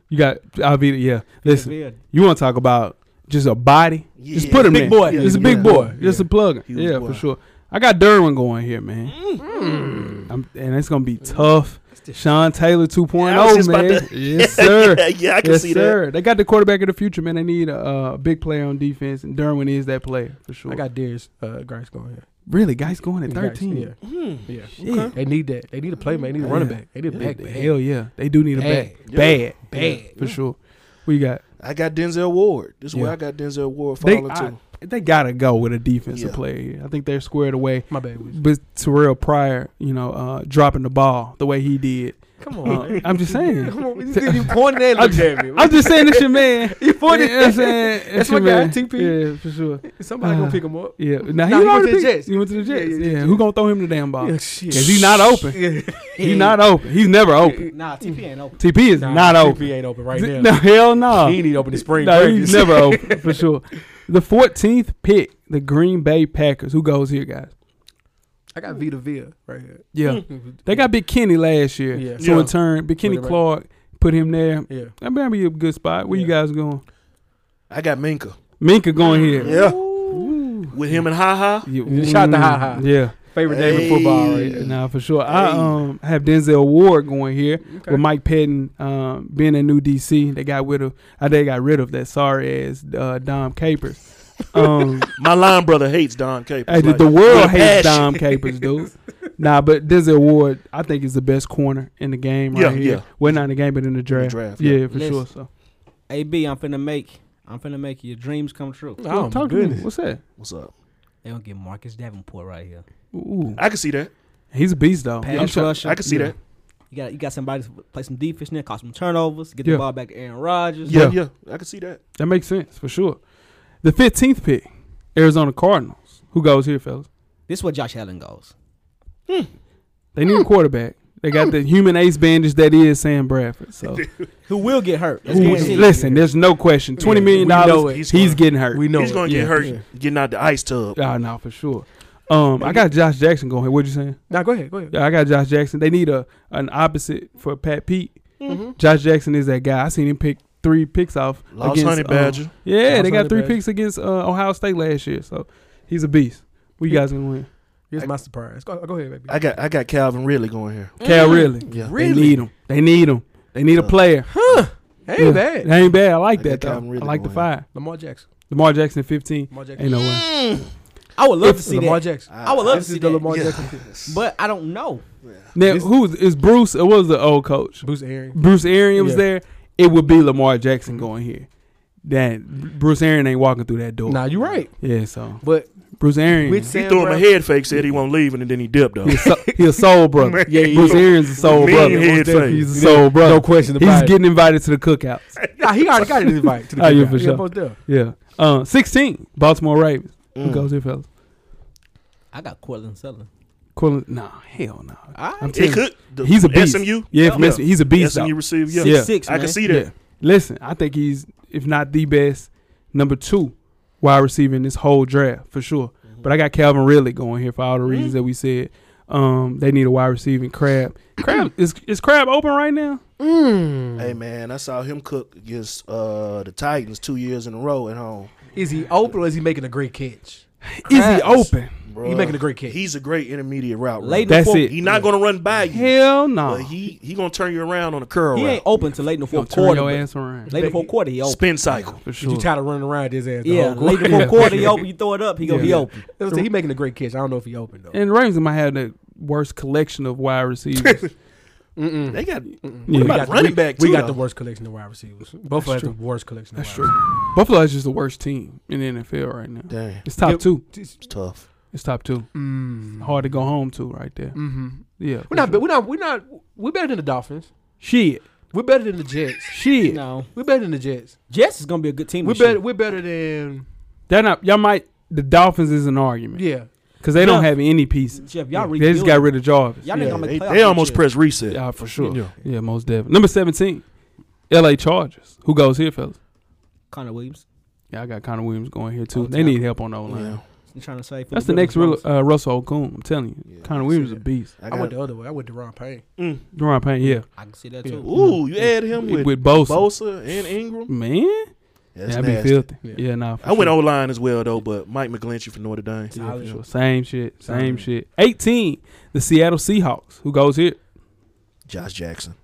B: You got I'll be yeah.
C: Vita
B: Listen,
C: Villa.
B: you want to talk about just a body? Just
E: Yeah.
B: put him
A: Big
B: there.
A: boy.
B: Just a
A: Yeah.
B: big
A: Yeah.
E: *laughs*
B: boy. Just
A: Yeah.
B: a plug.
E: Huge
B: Yeah,
E: boy.
B: for sure. I got Derwin going here, man.
A: mm.
B: I'm, and it's gonna be tough. Sean Taylor 2.0,
E: Yeah, I was just about
B: man. Yes,
E: *laughs*
B: sir.
E: yeah, yeah, I can
B: yes,
E: see
B: sir. They got the quarterback of the future, man. They need a, uh, big player on defense, and Derwin is that player for sure.
A: I got Darius uh, Grice going here.
B: really guys going at
A: Grice,
B: 13.
E: that. Hmm.
A: Yeah, yeah.
B: Shit.
A: They need that. They need a playmaker. They need a running
B: Yeah.
A: back. They need a
B: Yeah,
A: back.
B: Hell yeah, they do need a
A: Bad.
B: back.
E: Yeah.
B: Bad,
A: Bad.
B: Yeah, for sure. We got
E: I got Denzel Ward. This is
B: Yeah.
E: where I got Denzel Ward
B: they.
E: falling
B: I-
E: to.
B: they gotta go with a defensive
E: Yeah.
B: player here. I think they're squared away.
A: My bad. Wiz.
B: But Terrell Pryor, you know, uh, dropping the ball the way he did
A: Come on. *laughs*
B: Uh, I'm just saying.
A: Come on. You, see, *laughs* you pointed at
B: I'm
A: looked at me.
B: I'm just saying it's your man.
A: *laughs* You
B: You
A: pointed
B: know what
A: at
B: I'm
A: me.
B: saying? It's
A: That's my
B: your
A: guy,
B: man.
A: TP.
B: Yeah, for sure.
A: *laughs* Somebody gonna
B: Uh,
A: pick him up.
B: Yeah. Now
A: Nah,
B: he,
A: he went
B: already
A: to the
B: picked-
A: Jets.
B: He went to the
A: Yeah,
B: Jets.
A: yeah,
B: Yeah.
A: yeah,
B: Who gonna throw him the damn ball?
A: *laughs* Yeah, shit.
B: 'Cause he not open.
A: Yeah.
B: He not open. He's never open.
C: Nah, TP ain't open.
B: TP is
A: Nah,
B: not
A: TP
B: open.
A: ain't open right
B: Th-
A: now.
B: *laughs* No, hell no.
A: He need open the spring
B: No,
A: practice.
B: he's
A: *laughs*
B: never open for sure. The 14th pick, the Green Bay Packers. Who goes here, guys?
A: I got Vita Villa right here.
B: Yeah, they got Big Kenny last year.
A: Hmm. Yeah.
B: So
E: Yeah.
B: in turn, Big Kenny
A: Put it right.
B: Clark put him there.
A: Yeah.
B: That might be a good spot. Where you
A: Yeah.
B: guys going?
E: I got Minka
B: Minka going here.
E: Yeah.
B: Ooh.
E: with him and Ha Ha.
B: You-
A: Shout out to
B: mm,
A: Ha Ha.
B: Yeah.
A: Favorite name in football right there.
B: Nah, for sure. I
E: Hey.
B: um have Denzel Ward going here
A: Okay.
B: with Mike Pettin um, being a new DC. They got rid of. Uh, they got rid of that sorry ass uh, Dom Capers. Um,
E: My line brother hates Don Capers.
B: Hey, the,
E: like,
B: the
E: with a
B: world hates
E: passion.
B: Dom Capers, dude. nah, but Denzel Ward, I think, is the best corner in the game right
E: Yeah,
B: here.
E: yeah.
B: Well, not in the game, but in the draft.
E: draft,
B: yeah,
E: yeah.
B: for
C: Listen.
B: sure. So,
C: AB, I'm finna make. I'm finna make your dreams come true.
A: Oh, my
B: talk to me.
A: goodness.
B: What's that?
E: What's up?
C: They gonna get Marcus Davenport right here.
B: Ooh,
E: I can see that.
B: he's a beast, though.
C: Pass
B: I'm try-
C: rusher.
E: I can see
B: Yeah.
E: that.
C: You got you got somebody to play some defense there, cause some turnovers, get
B: Yeah.
C: the ball back to Aaron Rodgers.
E: Yeah, yeah, I can see that.
B: That makes sense for sure. The 15th pick, Arizona Cardinals. Who goes here, fellas?
C: This is where Josh Allen goes.
B: They need a quarterback. They got the human ace bandage that is Sam Bradford. So
C: Who will get hurt? That's
B: Who
C: Kansas
B: is-
C: City.
B: listen, there's no question. Twenty million
A: we know
B: dollars.
A: it.
B: He's,
E: He's
B: getting hurt.
A: We know
E: He's
A: it.
E: gonna
B: yeah.
E: get hurt
A: Yeah.
E: getting out the ice tub.
B: Ah, no, for sure. Um, I got Josh Jackson going here. What you saying?
A: Now go ahead, go ahead.
B: Yeah, I got Josh Jackson. They need a an opposite for Pat Pete.
A: Mhm.
B: Josh Jackson is that guy. I seen him pick three picks off.
E: Lost
B: against,
E: Honey
B: um,
E: Badger.
B: yeah,
A: Lost
B: they got
A: Honey
B: three
A: Badger.
B: picks against uh, Ohio State last year. So he's a beast. We guys gonna win.
A: Here's my surprise. Go, go ahead, baby.
E: I got I got Calvin Ridley going here.
B: Cal really.
E: Yeah.
B: They need him. They need him. They need a
E: Uh,
B: player.
A: Ain't
B: Yeah.
A: bad.
B: They ain't bad. I like
E: I
B: that
E: think
B: though.
E: I'm really
B: I like the
E: going.
B: five.
A: Lamar Jackson.
B: Lamar Jackson fifteen.
A: Lamar Jackson.
B: Ain't no way.
C: Mm. I would love to
A: It's
C: see
A: Lamar
C: that,
A: Jackson.
C: I would love
A: This
C: to
A: is
C: see
A: the
C: that.
A: Lamar
E: Yeah.
A: Jackson. pick.
C: but I don't know.
B: Now
A: This-
B: who is, is Bruce? Or what was the old coach?
A: Bruce Arian.
B: Bruce Arian was
A: Yeah.
B: there. It would be Lamar Jackson going here. That Bruce Arian ain't walking through that door.
A: Nah, you right.
B: Yeah, so
A: But
B: Bruce Arian.
A: with
B: is-
E: He
A: Sam
E: threw him a
A: Brown-
E: head fake, said he won't leave, and then he dipped though.
B: He a, so, he
A: *laughs*
B: a soul brother.
E: Yeah, he
B: Bruce
E: is.
B: Arians a soul
E: Mean
B: brother.
E: head fake.
B: He's a soul brother.
A: No question about
B: He's
A: it.
B: getting invited to the cookouts.
A: *laughs* Nah, he already got an invite to the
B: Oh, yeah,
A: game.
B: for sure. Yeah. Uh, 16, Baltimore Ravens. Who
E: Mm.
B: goes here, fellas?
C: I got Cortland Sutherland.
B: Quillen, nah, hell no.
C: All right.
B: I'm
E: He
B: telling you.
E: could. The,
B: He's a beast.
E: SMU.
B: Yeah, from
E: Yeah.
B: SMU. he's a beast.
E: SMU
B: though.
E: receiver. Yeah,
C: Six,
B: Yeah.
C: six,
E: I
C: man.
E: can see that.
B: Yeah. Listen, I think he's, if not the best, number two wide receiver in this whole draft, for sure.
A: Mm-hmm.
B: But I got Calvin Ridley going here for all the reasons
A: Mm.
B: that we said. Um, they need a wide receiving crab.
A: Mm.
B: Crab is is crab open right now?
E: Hey man, I saw him cook against uh, the Titans two years in a row at home.
A: Is he open or is he making a great catch?
B: Is he
E: Crab's-
B: open?
E: Bruh,
A: making a great kick.
E: He's a great intermediate route.
C: Late in
E: Runner.
B: That's
C: the fourth,
B: it.
E: He's not gonna run by you,
B: Hell no.
E: but he he gonna turn you around on a curl
C: He ain't
E: route,
C: open till late in the
B: Gonna
C: fourth
B: turn
C: quarter.
B: your
C: but
B: ass around
C: Late in the fourth quarter, he open.
E: spin cycle.
B: for
A: You
B: sure.
A: tired of running around his ass? The
C: Yeah,
A: yeah, whole
C: late in the
A: quarter.
C: fourth quarter,
B: *laughs*
C: he open. You throw it up, he gonna be
B: Yeah.
C: open.
A: Let's say he making a great catch. I don't know if he open though.
B: And the Ravens might have the worst collection of wide receivers.
A: Mm-mm.
E: They got
B: Yeah.
E: what about
A: got the-
E: running back?
A: We
E: too,
A: got the
E: though?
A: worst collection of wide receivers. Buffalo has the worst collection.
B: *laughs* That's
A: of
B: true. Buffalo is just the worst team in the NFL right now.
E: Dang,
B: It's top
A: Yep.
B: two.
E: it's tough.
B: It's top two.
A: Mm.
B: Hard to go home to right there.
A: Mm-hmm.
B: Yeah.
A: We're not. We're not. We're not. We're better than the Dolphins.
B: Shit.
A: We're better than the Jets.
B: Shit.
C: No,
A: We're better than the Jets.
C: Jets is gonna be a good team.
A: We're
C: this year.
A: better. We're better than
B: They're not. Y'all might. The Dolphins is an argument
A: yeah.
B: because they don't
C: Yeah.
B: have any pieces.
C: Jeff,
B: Y'all
C: y'all rebuilding.
B: they just got rid of Jarvis.
C: Y'all
E: Yeah,
C: niggas gonna
E: they,
C: make playoffs.
E: they almost
C: this year.
E: pressed reset.
B: Yeah, for sure. Yeah.
E: Yeah.
B: most definitely. Number seventeen, L.A. Chargers. Who goes here, fellas?
C: Connor Williams.
B: Yeah, I got Connor Williams going here too.
C: Oh,
B: they
C: yeah.
B: need help on the line.
E: Yeah.
C: I'm trying to say
B: That's
C: Phillip
B: the next real,
C: Rivers
B: uh, Russell Okung. I'm telling you,
E: Yeah,
B: Connor
E: I see
B: Williams is a
E: that.
B: beast.
E: I
A: I
E: got,
A: went the other way. I went to Ron Payne.
E: mm.
B: Deron Payne, yeah,
C: I can see that
A: Yeah.
C: too.
E: Ooh, you add him
B: Mm. with,
E: with,
B: with Bosa,
E: Bosa and Ingram.
B: man,
E: That's
B: that'd be
E: nasty.
B: filthy. Yeah,
A: Yeah.
B: nah. for
E: I went
B: sure.
E: O line as well though, but Mike McGlinchey from Notre Dame.
B: Yeah, for
A: Solid.
B: sure. Same shit. Same
A: Solid.
B: shit. 18. The Seattle Seahawks. Who goes here?
E: Josh Jackson.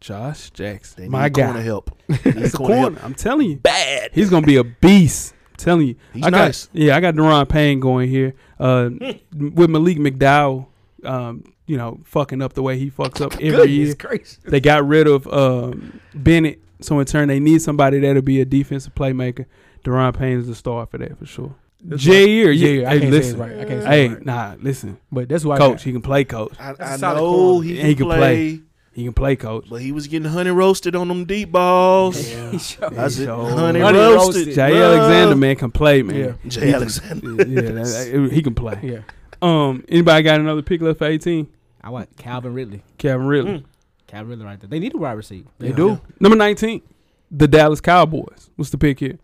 B: Josh Jackson.
E: They
B: My
E: need corner
B: guy. *laughs*
E: help. They need
B: He's a
E: corner help.
B: corner. I'm telling you.
E: Bad.
B: He's gonna be a beast. I'm telling you.
E: He's
B: I got,
E: nice.
B: Yeah, I got Deron Payne going here.
E: *laughs*
B: Uh, with Malik McDowell, um, you know, fucking up the way he fucks up every year.
A: Goodness gracious.
B: They got rid of um, Bennett, so in turn they need somebody that'll be a defensive playmaker. Deron Payne is the star for that for sure.
A: That's
B: Jair, yeah,
A: Jair, I can't
B: hey,
A: say
B: listen,
A: it's right. I can't say
B: hey,
A: it's right.
B: nah, listen,
A: But that's why. I
B: coach,
A: got.
B: he can play coach.
E: I,
A: That's a
E: I
A: solid
E: know
A: corner.
E: he
B: And
E: can,
B: he can
E: play.
B: He can play coach.
E: But he was getting honey roasted on them deep balls.
A: *laughs*
C: He showed-
E: That's it.
B: So-
E: Honey,
C: Honey
E: roasted.
C: roasted.
B: Jay
E: Love.
B: Alexander man can play man.
A: Yeah.
E: Jay
B: *laughs*
E: Alexander.
B: Yeah, that- that- he can play.
A: Yeah.
B: Um, anybody got another pick left for eighteen?
C: I want Calvin Ridley.
B: Kevin
E: Mm.
B: Ridley.
C: Calvin Ridley right there. They need a wide receiver.
A: They do.
B: Number nineteen, the Dallas Cowboys. What's the pick here?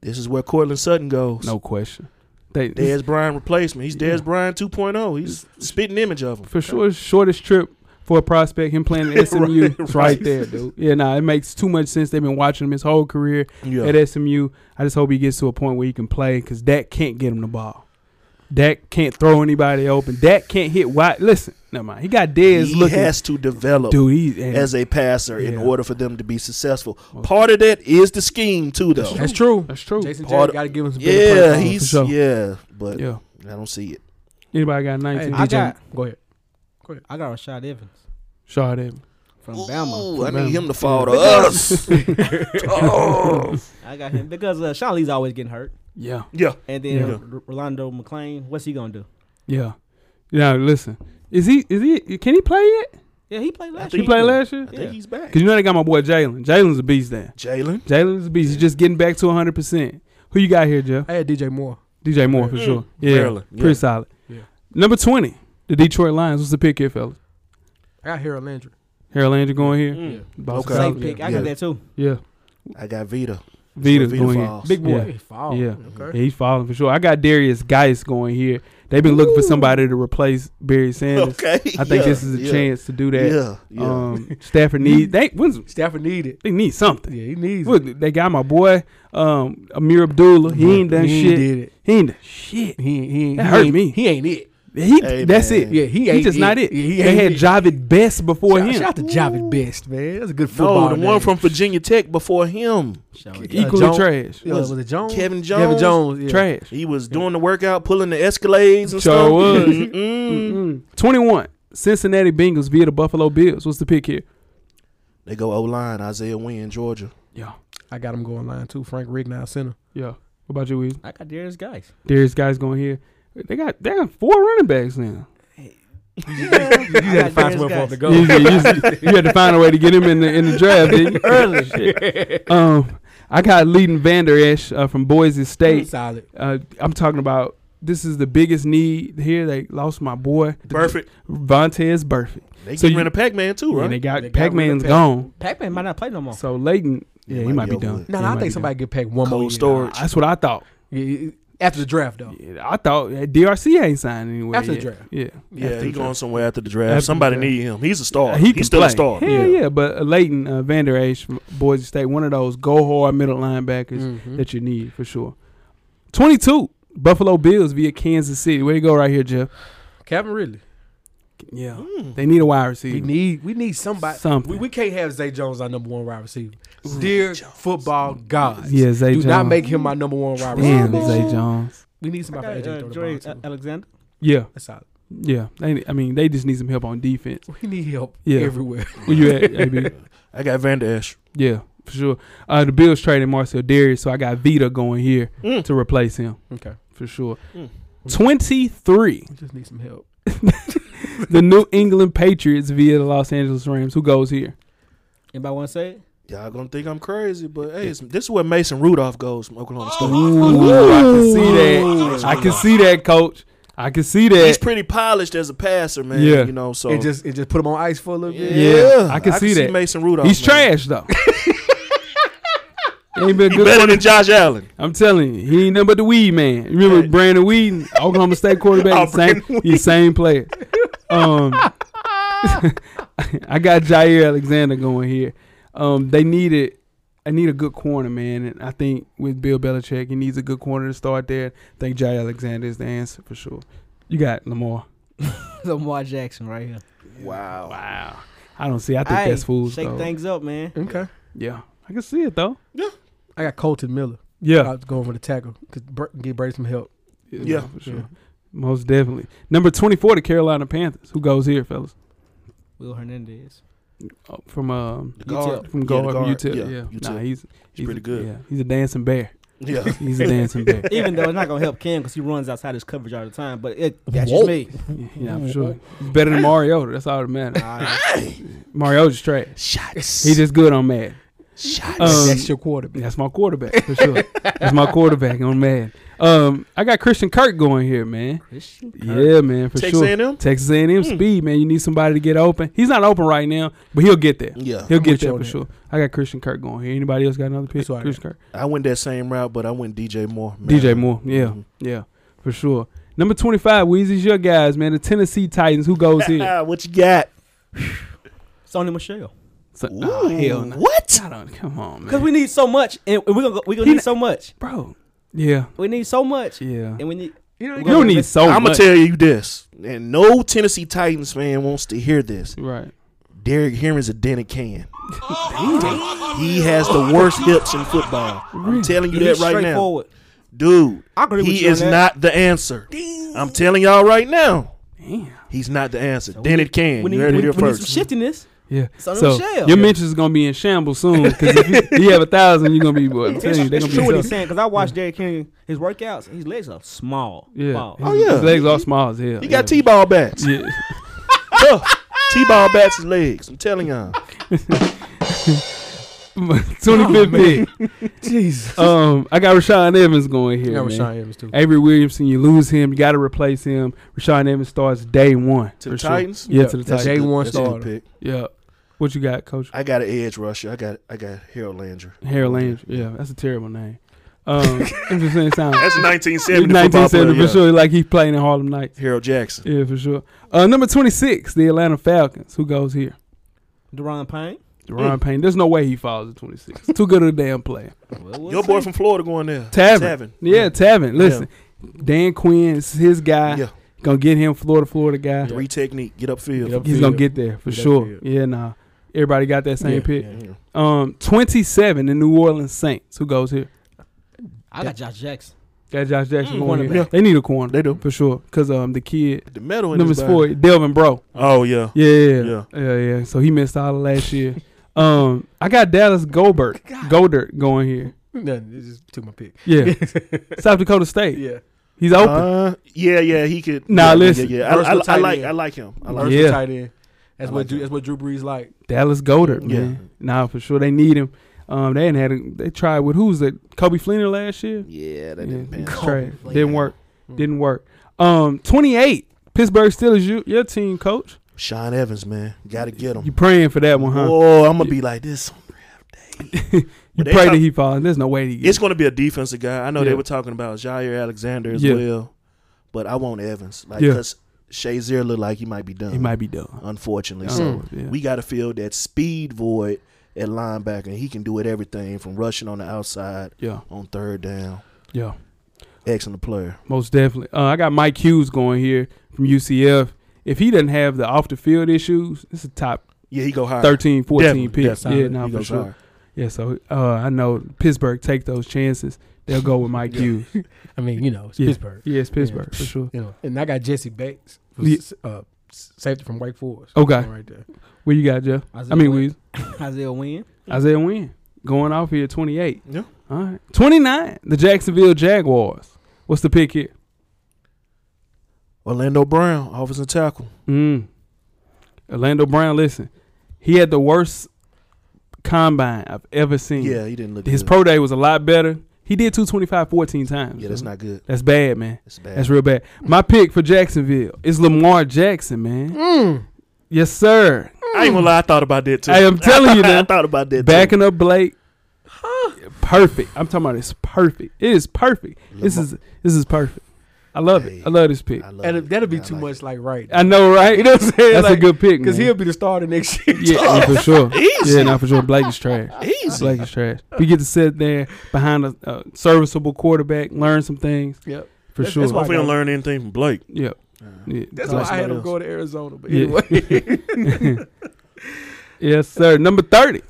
E: This is where Cortland Sutton goes.
B: No question. They
E: Dez Bryant replacement. He's
B: Yeah.
E: Dez Bryant 2.0. He's spitting image of him.
B: for sure shortest trip for a prospect. Him
E: *laughs*
B: playing at SMU,
E: Right,
B: it's
E: right.
B: right there, dude. Yeah, nah, it makes too much sense. They've been watching him his whole career
E: Yeah.
B: at SMU. I just hope he gets to a point where he can play because Dak can't get him the ball. Dak can't throw anybody open. Dak can't hit wide. Listen, never mind. He got Dez
E: he
B: looking.
E: has to develop
B: dude, he and
E: as a passer in
B: Yeah.
E: order for them to be successful.
B: Well-
E: Part of that is the scheme too, though.
A: That's true.
B: that's true.
A: Jason Jared
E: Part of-
A: got to give him some better play
E: yeah,
A: calling.
E: he's
B: sure.
E: yeah, but
B: Yeah.
E: I don't see it.
B: Anybody got
A: Hey,
B: nineteen?
C: I got-
A: Go ahead.
C: I got Rashad Evans
B: Shot him.
C: from Bama.
E: Ooh, I need him to fall to
B: *laughs*
E: us.
C: Because-
E: oh.
C: I got him because uh, Sean Lee's always getting hurt.
B: Yeah,
E: Yeah,
C: And then
E: Yeah.
C: R- Rolando McClain, what's he gonna do?
B: yeah. Now listen, is he is he can he play it?
C: Yeah, he played last
E: think
B: He
C: year.
E: he
B: played
E: can.
B: last year
E: I think he's back.
B: because you know they got my boy Jalen. Jalen's a beast there.
E: Jalen,
B: Jalen's a beast. He's just getting back to 100. percent Who you got here, Jeff?
A: I had DJ Moore.
B: DJ Moore for
E: Mm.
B: sure. Yeah,
E: Maryland.
B: pretty
E: Yeah.
B: solid.
A: Yeah.
B: Number 20, the Detroit Lions. What's the pick here, fellas?
A: I got Harold Landry.
B: Harold Landry going here.
E: Mm-hmm.
C: Mm.
B: Boston
E: Okay.
C: Safe
B: College.
C: pick. I
E: Yeah.
C: got that too.
B: Yeah,
E: I got Vita.
B: Vita
E: Vita
B: going
E: falls.
B: here. Big boy.
A: Yeah.
B: Yeah.
A: He foul.
B: Yeah.
A: Okay.
B: he's falling for sure. I got Darius Geis going here. They've been looking for somebody to replace Barry
E: *laughs*
B: Sanders.
E: Okay,
B: I think
E: yeah,
B: this is a
E: yeah,
B: chance to do that.
E: Yeah, yeah.
B: Um, Stafford needs they what's-
A: Stafford needed.
B: they need something.
A: Yeah, he needs.
B: What,
A: it.
B: they got my boy um, Amir Abdullah. He ain't done
A: he
B: shit.
A: Did it.
B: He ain't done shit.
A: He ain't- he ain't-
B: That
A: he
B: hurt
A: ain't-
B: me.
A: He ain't it.
B: He,
E: Hey,
B: that's
E: man.
B: it.
A: Yeah, he
B: He
A: ain't
B: just not it.
A: Yeah, he
B: they
A: ain't
B: had
A: it.
B: Javid Best before
A: Shout-
B: him.
A: Shout out to Javid Best, man. That's a good football.
E: no, the
A: name.
E: one from Virginia Tech before him,
C: Sean
A: Yeah.
B: Equally
A: Jones-
B: trash.
A: Yeah, was it Jones?
E: Kevin Jones.
A: Kevin Jones. Yeah.
B: Trash.
E: He was doing the workout, pulling the Escalades
B: Sure
E: and stuff.
B: was.
E: Mm-mm.
B: Mm-mm. 21. Cincinnati Bengals via the Buffalo Bills. What's the pick here?
E: They go O line, Isaiah Wynn, Georgia.
B: Yeah.
A: I got him going line too. Frank Rignow center.
B: Yeah. What about you, Weezy?
C: I got Darius guys. *laughs*
B: Darius guys going here. They got they got four running backs now.
A: You had to find someone for him to
B: You,
A: go.
B: you- you- you had to find a way to get him in the in the draft didn't you? early. Shit. *laughs* Um, I got Leading Vander Esch uh, from Boise State.
A: Solid.
B: Uh, I'm talking about this is the biggest need here. They lost my boy
E: Perfect.
B: Vontez Burfitt.
E: They
B: So
E: get
B: you-
E: rid of Pac Man too, right?
B: And they got
A: They got
B: Pac
A: rid of
B: Man's
A: Pac-
B: gone.
C: Pac-Man might not play no more.
B: So Leighton, yeah, he might be,
E: over
B: done.
E: with.
A: No,
B: Yeah,
A: no,
B: he
A: I
B: might
A: think
B: be
A: somebody get packed one more
E: Cold
A: year.
E: storage.
B: done. That's what I thought.
A: Yeah, yeah, after the draft though.
B: Yeah, I thought uh, that DRC ain't signed anywhere.
A: After the
B: yet.
A: draft.
B: Yeah.
E: Yeah,
B: After
E: he
B: the
E: going
B: draft.
E: somewhere after the draft.
B: After the
E: Somebody
B: draft.
E: need him. He's a star.
B: He can
E: He's still
B: play.
E: a star.
B: Hell yeah, but uh, Leighton uh, Vander Ash from Boise State, one of those go hard middle linebackers
A: Mhm.
B: that you need for sure. 22, Buffalo Bills via Kansas City. Way to go right here, Jeff.
A: Kevin Ridley.
B: Yeah.
E: Mm.
B: They need a wide
A: We
B: receiver.
A: need we need somebody.
B: Something.
A: We, we can't have Zay Jones our number one wide receiver. Dear football gods,
B: yeah, Zay
A: do
B: Jones.
A: not make him my number one wide receiver.
B: Damn, Zay Jones.
A: We need somebody
C: I
A: for AJ
C: got, uh,
A: to throw
C: Dre
A: the ball to.
C: Alexander.
B: Yeah,
A: That's solid.
B: yeah. They, I mean, they just need some help on defense.
A: We need help
B: Yeah.
A: everywhere. *laughs*
B: Where you at, AB?
E: I got Van Der Esch.
B: Yeah, for sure. Uh, the Bills traded Marcel Darius, so I got Vita going here
E: Mm.
B: to replace him
A: Okay,
B: for sure.
E: Mm.
B: Twenty three,
A: we just need some help.
B: the New England Patriots via the Los Angeles Rams. Who goes here?
C: Anybody want to say it?
B: *laughs*
E: Y'all gonna think I'm crazy, but hey, it's, this is where Mason Rudolph goes from Oklahoma
B: I
E: State.
B: can see that. I can see that, Coach. I can see
E: He's
B: that.
E: pretty polished as a passer, man.
B: Yeah.
E: you know. So
A: It just it just put him on ice for a little bit.
B: Yeah, I can see that.
E: Mason Rudolph.
B: He's
E: man.
B: trash
E: *laughs*
B: though. ain't been
E: He
B: good.
E: better than Josh Allen.
B: I'm telling you, he ain't nothing but the weed man. You Remember
E: Hey.
B: Brandon Weed, Oklahoma State quarterback,
E: *laughs* Oh,
B: same,
E: Brandon
B: he's same
E: *laughs*
B: player. Um, *laughs* I got Jair Alexander going here. Um, they needed, I need a good corner, man, and I think with Bill Belichick, he needs a good corner to start there. I think Jair Alexander is the answer for sure. You got Lamar.
C: Lamar Jackson right here.
E: Wow.
B: Wow, I don't see. I think
C: Hey,
B: that's fools.
C: Shake
B: though.
C: things up, man.
A: Okay,
B: Yeah, I can see it though.
A: I got Colton Miller. I
B: Yeah,
A: was going for the tackle. Could br- get Brady some help.
E: Yeah.
B: for sure. Most definitely. Number 24, the Carolina Panthers. Who goes here, fellas?
C: Will Hernandez.
B: Oh, from um,
E: The guard.
B: from
E: Yeah,
B: guard,
E: the
B: from
E: guard.
B: UTIP.
E: Yeah,
B: Yeah,
E: UTIP.
B: Nah, he's, he's
E: pretty good. *laughs*
B: Yeah, he's a dancing bear.
E: Yeah.
B: He's a dancing
E: *laughs*
B: bear.
C: *laughs* Even though it's not gonna help Cam because he runs outside his coverage all the time. But it, that's just
A: Whoa.
C: me.
B: Yeah, for sure. He's better than Mario. That's all that
E: *laughs*
B: matters. Mario's just trash.
E: Shots.
B: He just good on Madden.
E: Shots.
B: Um,
A: That's your quarterback.
B: That's my quarterback for sure. *laughs* That's
A: *laughs*
B: my quarterback on Madden. Um, I got Christian Kirk going here, man. Yeah, man, for
E: Texas
B: sure.
E: A&M?
B: Texas A&M speed, man. You need somebody to get open. He's not open right now, but he'll get there.
E: Yeah.
B: He'll get
A: with you
B: there
A: on
B: for
A: that.
B: sure. I got Christian Kirk going here. Anybody else got another pick?
A: That's all I
B: Christian Kirk,
E: I went that same route, but I went DJ Moore. man.
B: DJ Moore. Yeah,
E: Mhm.
B: yeah, for sure. Number twenty-five, Weezy's your guys, man. The Tennessee Titans. Who goes
E: *laughs*
B: here?
E: *laughs* what you got?
C: Sony Michelle.
B: So, oh,
E: Ooh,
B: hell no.
E: What?
B: I don't- Come on,
C: Because
B: man,
C: we need so much, and we're gonna go, we gonna
B: He
C: need
B: not-
C: so much.
B: bro. Yeah,
C: We need so much,
B: yeah.
C: and we need.
A: You know,
B: You
C: we
B: don't
C: gonna
B: need
C: invest-
B: so
E: I'm gonna
B: much.
E: tell you this, and no Tennessee Titans fan wants to hear this.
B: Right.
E: Derek Henry's a dented can. he has the worst hips in football. I'm telling you
C: He's
E: that right now,
C: straightforward.
E: dude.
C: I agree with
E: He
C: you on
E: is
C: that.
E: not the answer. I'm telling y'all right now,
B: Damn.
E: he's not the answer. dented can.
C: We need,
E: you heard
C: we,
E: it here
C: we need some
E: first.
C: shiftiness.
B: Yeah.
C: Son of
B: so
C: Michelle.
B: your mentions is gonna be in shambles soon because if you, you have a thousand, you're gonna be.
C: *laughs*
B: Boy, I'm
C: It's,
B: telling you, they're
C: it's
B: gonna
C: true what
B: be.
C: he's
B: Tough.
C: saying because I watched Derrick Henry his workouts. His legs are small.
B: Yeah.
C: Wow.
B: His,
E: Oh, yeah.
B: His legs are small as hell.
E: He got T-ball bats.
B: *laughs* Yeah.
E: T-ball bats his legs. I'm telling y'all.
B: Twenty fifth pick.
A: Jesus.
B: Um, I got Rashawn Evans going here.
A: Yeah,
B: man.
A: Rashawn Evans too.
B: Avery Williamson, you lose him, you got to replace him. Rashawn Evans starts day one
E: To
B: for
E: the
B: sure.
E: Titans?
B: Yeah, to the
E: That's
B: Titans.
E: a
A: Day
E: good-
A: one
E: that's a good
A: starter.
E: pick.
B: Yeah. What you got, Coach?
E: I got an edge rusher. I got I got Harold Landry.
B: Harold Landry. Yeah, that's a terrible name. *laughs* Um, I'm just saying, it sounds.
E: That's
B: *laughs*
E: a 1970 football player,
B: 1970
E: yeah.
B: for sure. Like he's playing in Harlem Nights.
E: Harold Jackson.
B: Yeah, for sure. Uh, number 26, the Atlanta Falcons. Who goes here?
C: Deron Payne.
B: Deron Payne. There's no way he falls at 26. Too good of a damn player.
C: Well, we'll
E: Your boy
C: see.
E: from Florida going there.
B: Tavern. Yeah, Tavin. Listen, Dan Quinn is his guy.
E: Yeah.
B: Gonna get him Florida, Florida guy.
E: Three technique. Get upfield.
A: Get up
B: He's
A: field.
B: gonna get there for
A: Get
B: sure.
A: upfield.
B: Yeah, nah. Everybody got that same
A: Yeah,
B: pick.
A: yeah.
E: Yeah.
B: Um, 27, the New Orleans Saints. Who goes here?
C: I got Josh Jackson.
B: That Josh Jackson
E: Mm,
B: going here.
E: cornerback.
B: They need a corner.
E: They do.
B: For sure. Because um, the kid,
E: The metal in
B: number
E: his body.
B: four, Delvin Bro.
E: Oh yeah.
B: Yeah, yeah, yeah, yeah, yeah. So he missed out on last year. um, I got Dallas Goldberg,
E: *laughs*
B: Goldert going here.
A: Nothing. It just took my pick.
B: Yeah,
A: *laughs*
B: South Dakota State.
A: Yeah.
B: He's open.
E: Uh, yeah, yeah. He could.
B: Nah,
E: yeah,
B: listen.
E: Yeah, yeah. I- I,
A: Versatile
E: I
A: tight
E: like
A: end.
E: I like him. I like
A: Versatile
B: Yeah.
A: tight end. That's
E: I
A: what
E: like
A: Drew,
E: that.
A: that's what Drew Brees like.
B: Dallas Goddard,
E: Yeah.
B: man. Nah, for sure they need him. Um, they ain't had a, they tried with who's that? Kobe Fleener last year.
E: him. Yeah,
B: Yeah,
E: that didn't pan.
B: it's
E: out. mm.
B: trash.
C: Fleener.
B: Didn't work. Mm. Didn't work. Um, twenty eight. Pittsburgh Steelers, you, your team, coach.
E: Sean Evans, man, gotta get him.
B: You praying for that one, huh?
E: Oh, I'm gonna be like this. on draft day.
B: You
E: But they
B: pray
E: talk-
B: that he falls. There's no way he
E: It's
B: gets.
E: gonna be a defensive guy. I know
B: Yeah.
E: they were talking about Jair Alexander as
B: Yeah.
E: well, but I want Evans. Like,
B: Yeah.
E: cause Shazier look like he might be done.
B: He might be done.
E: unfortunately.
B: Oh,
E: so
B: yeah.
E: Mm. we got to fill that speed void at linebacker, and he can do it everything from rushing on the outside
B: Yeah,
E: on third down.
B: yeah.
E: Excellent player.
B: Most definitely. Uh, I got Mike Hughes going here from UCF. If he doesn't have the off the field issues, it's a top
E: Yeah, he go high.
B: 13, 14
E: Definitely. Yeah,
B: pick. Yeah,
E: solid.
B: nah,
E: he
B: for
E: goes
B: sure.
E: high.
B: Yeah, so uh, I know Pittsburgh take those chances. They'll go with Mike Hughes.
E: *laughs*
A: I mean, you know, it's
B: Yeah.
A: Pittsburgh.
B: Yes, Pittsburgh for sure.
A: You know, and I got Jesse Bates,
B: Yeah.
A: who's uh, s- safety from Wake Forest.
B: Okay.
A: right there.
B: Where you got Jeff?
C: Isaiah
B: I mean,
C: Wynn.
B: we
C: Isaiah Wynn.
B: Isaiah Wynn going off here, twenty eight.
E: Yeah.
B: All right, twenty nine. The Jacksonville Jaguars. What's the pick here?
E: Orlando Brown, offensive tackle.
B: Mm. Orlando Brown. Listen, he had the worst combine I've ever seen.
E: Yeah, he didn't look.
B: His
E: good.
B: pro day was a lot better. He did 225 14 times.
E: Yeah, that's not good.
B: That's bad, man.
E: That's bad.
B: That's real bad. My pick for Jacksonville is Lamar Jackson, man.
A: Mm.
B: Yes, sir.
E: I ain't gonna lie. I thought about that too.
B: I am telling
E: *laughs*
B: you
E: I
B: that.
E: thought about that. too.
B: Backing up Blake. Perfect. I'm talking about it's perfect. It is perfect. This
E: Lamar-
B: is this is perfect. I love
E: Hey.
B: it. I love this pick.
E: I love
A: And
E: it.
A: that'll be
E: I
A: too
E: like
A: much like right.
B: I know, right?
A: You know what I'm saying?
B: That's
A: Like,
B: a good pick,
A: Because
B: man.
A: he'll be the starter next *laughs* year.
B: yeah, yeah,
A: *laughs*
B: for sure.
E: Easy.
B: Yeah, not for sure. Blake is trash.
E: it. Easy.
B: Blake is trash. We get to sit there behind a, a serviceable quarterback, learn some things
A: Yep.
B: for
A: That's-
B: sure.
A: that's
E: Hope we
A: I
E: don't
A: got-
E: learn anything from *laughs* Blake.
B: yeah. yeah.
A: That's
E: Like
A: why I had
E: somebody
A: him
E: else.
A: go to Arizona. But
B: Yeah.
A: anyway,
B: *laughs* yes, sir. Number thirty,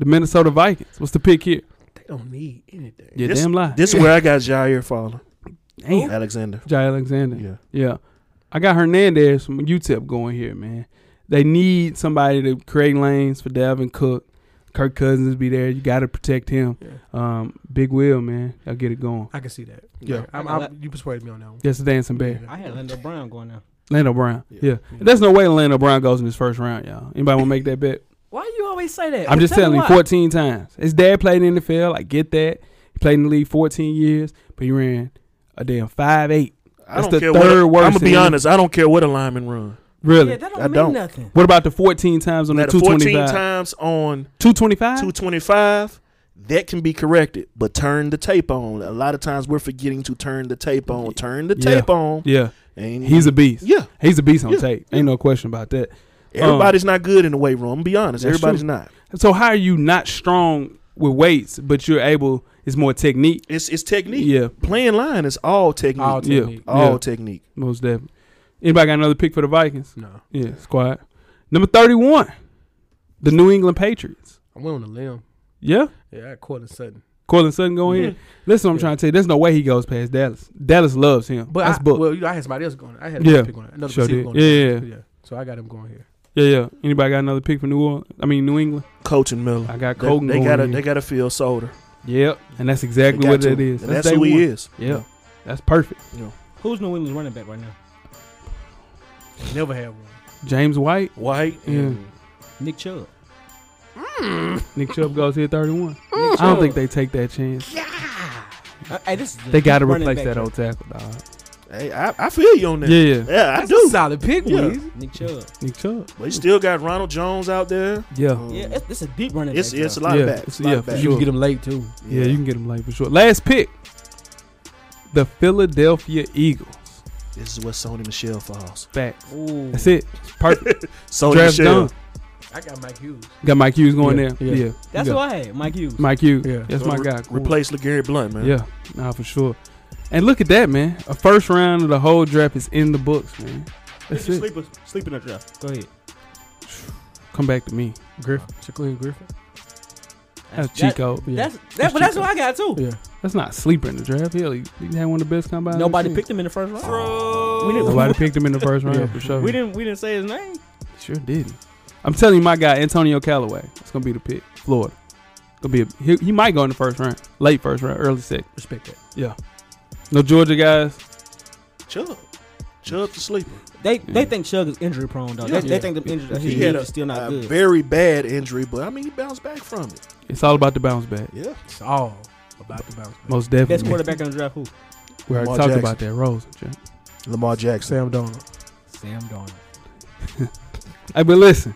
B: the Minnesota Vikings. What's the pick here?
A: *laughs* they don't need anything.
B: Yeah,
E: this,
B: damn lie.
E: This is where I got Jair falling.
B: damn.
E: Alexander.
B: Jai Alexander. Yeah.
E: Yeah.
B: I got Hernandez from E UTEP going here, man. They need somebody to create lanes for Dalvin Cook. Kirk Cousins be there. You got to protect him.
A: Yeah.
B: Um, Big Will, man, I'll get it going.
A: I can see that.
E: Yeah.
A: I'm, I'm, you persuaded me on that one.
B: That's the dancing bear.
A: Yeah.
C: I had Lando Brown going now.
B: Lando Brown.
E: Yeah.
B: Yeah. There's no way Lando Brown goes in his first round, y'all. Anybody want to make that bet?
F: Why you always say that?
B: I'm just
F: Tell me
B: telling you,
F: why.
B: 14 times. His dad played in the NFL. I get that. He played in the league 14 years, but he ran a damn 5'8.
E: I
B: That's
E: don't
B: the
E: care
B: third
E: what,
B: worst
E: I'm gonna be
B: in-
E: honest. I don't care what a lineman run.
B: Really?
F: Yeah, that don't
E: I
F: mean
E: don't.
F: nothing.
B: what about the 14 times on
E: Now,
B: the
E: the 14
B: 225?
E: times on
B: 225?
E: 225, that can be corrected, but turn the tape on. A lot of times we're forgetting to turn the tape on. Turn the
B: Yeah.
E: tape on.
B: Yeah.
E: And
B: He's Um, a beast.
E: yeah.
B: He's a beast on
E: Yeah.
B: tape. Ain't no question about that.
E: Everybody's not good in the weight room. I'm gonna be honest.
B: That's
E: Everybody's
B: true.
E: not.
B: So how are you not strong with weights, but you're able? It's more technique.
E: It's it's technique.
B: Yeah,
E: Playing line is all technique.
A: All
E: All,
B: Yeah.
A: technique.
B: Yeah.
E: technique.
B: most definitely. Anybody got another pick for the Vikings?
A: No.
B: Yeah, squad number thirty-one, the New England Patriots.
A: I went on a limb.
B: Yeah,
A: Yeah, I caught it sudden.
B: Cortland Sutton going
E: Mm-hmm.
B: in. Listen, what I'm
A: Yeah.
B: trying to tell you, there's no way he goes past Dallas. Dallas loves him.
A: But
B: That's
A: I,
B: book.
A: well, you know, I had somebody else going. I had
B: Yeah.
A: another pick on it. Another
B: Sure
A: receiver
B: did.
A: going.
B: Yeah, yeah,
A: yeah. So I got him going here.
B: yeah, yeah. Anybody got another pick for New Orleans? I mean, New England.
E: Coaching Miller.
B: I got
E: They-
B: Colton.
E: they
B: going
E: gotta
B: in.
E: they gotta feel solder.
B: Yep, and that's
E: They
B: exactly
E: got
B: what
E: to.
B: it is.
E: And that's who
B: day
E: he
B: one.
E: is.
B: Yeah, that's perfect.
C: Who's New England's running back right now?
A: Never had one.
B: James White,
E: White.
B: Yeah.
E: and-
C: Nick Chubb.
B: Nick Chubb goes here 31. I don't think they take that chance.
C: Uh, hey, this is the
B: They got to
C: running
B: replace
C: back
B: that
C: right
B: old tackle, dog.
E: Hey, I, I feel you on that.
B: Yeah, yeah.
E: Yeah, I
A: That's a
E: do.
A: solid pick,
E: Yeah.
A: Wiz.
C: now. Nick Chubb.
B: Nick Chubb.
E: But you still got Ronald Jones out there.
B: Yeah.
E: Um,
C: Yeah, it's, it's a deep running
E: it's
C: back.
E: it's a
C: though.
E: lot
B: Yeah,
E: of backs.
B: it's-
E: a lot
B: yeah,
E: of
B: for
E: backs.
A: You
B: sure.
A: can get him late too.
B: Yeah, you can get him late for sure. Last pick the Philadelphia Eagles.
E: This is where Sony Michelle falls.
B: Facts.
C: Ooh.
B: That's it. It's
C: *laughs*
B: Perfect.
C: Oh,
E: Sony
B: Draft
E: Michelle.
B: done.
A: I got Mike Hughes.
B: Got Mike Hughes going
A: Yeah,
B: there.
A: yeah.
B: Yeah.
C: That's
B: You
C: who
B: got
C: I had. Mike Hughes.
B: Mike Hughes.
A: Yeah.
B: Yeah. That's my
E: Re-
B: guy. Cool.
E: Replace LeGarrette Blunt, man.
B: Yeah. Nah, for sure. And look at that, man. A first round of the whole draft is in the books, man. That's it.
C: Sleep, sleep in the draft. Go ahead.
B: Come back to me.
A: Griffin. Shaquille Griffin.
B: That's
C: That-
B: Chico.
A: Yeah.
C: That's that, but that's what I got too.
A: Yeah.
B: That's not a sleeper in the draft. Hell, he, he had one of the best combines.
C: Nobody
B: I've seen.
C: picked him in the first round.
F: Bro.
C: We didn't-
B: Nobody picked him in the first round
A: Yeah.
B: for sure.
C: We didn't we didn't say his name.
B: Sure did. I'm telling you, my guy Antonio Callaway. It's gonna be the pick. Florida. Gonna be. A, he, he might go in the first round, late first round, early second.
A: Respect that.
B: No Georgia guys.
E: Chubb. Chubb the sleeper.
C: They they
B: Yeah.
C: think Chug is injury prone though.
E: Yeah.
C: They,
A: Yeah.
C: they think the injury that his
E: He had
C: knee
E: a,
C: is still not
E: a
C: good.
E: very bad injury, but I mean he bounced back from it.
B: It's all about the bounce back.
E: Yeah.
A: It's all about the bounce. back.
B: Most
C: Best
B: *laughs* definitely.
C: quarterback in the draft who?
B: We already
E: Lamar
B: talked
E: Jackson.
B: about that. Rose. Jim.
E: Lamar Jackson.
A: Sam Donald.
C: Sam Darnold.
B: Hey, but listen,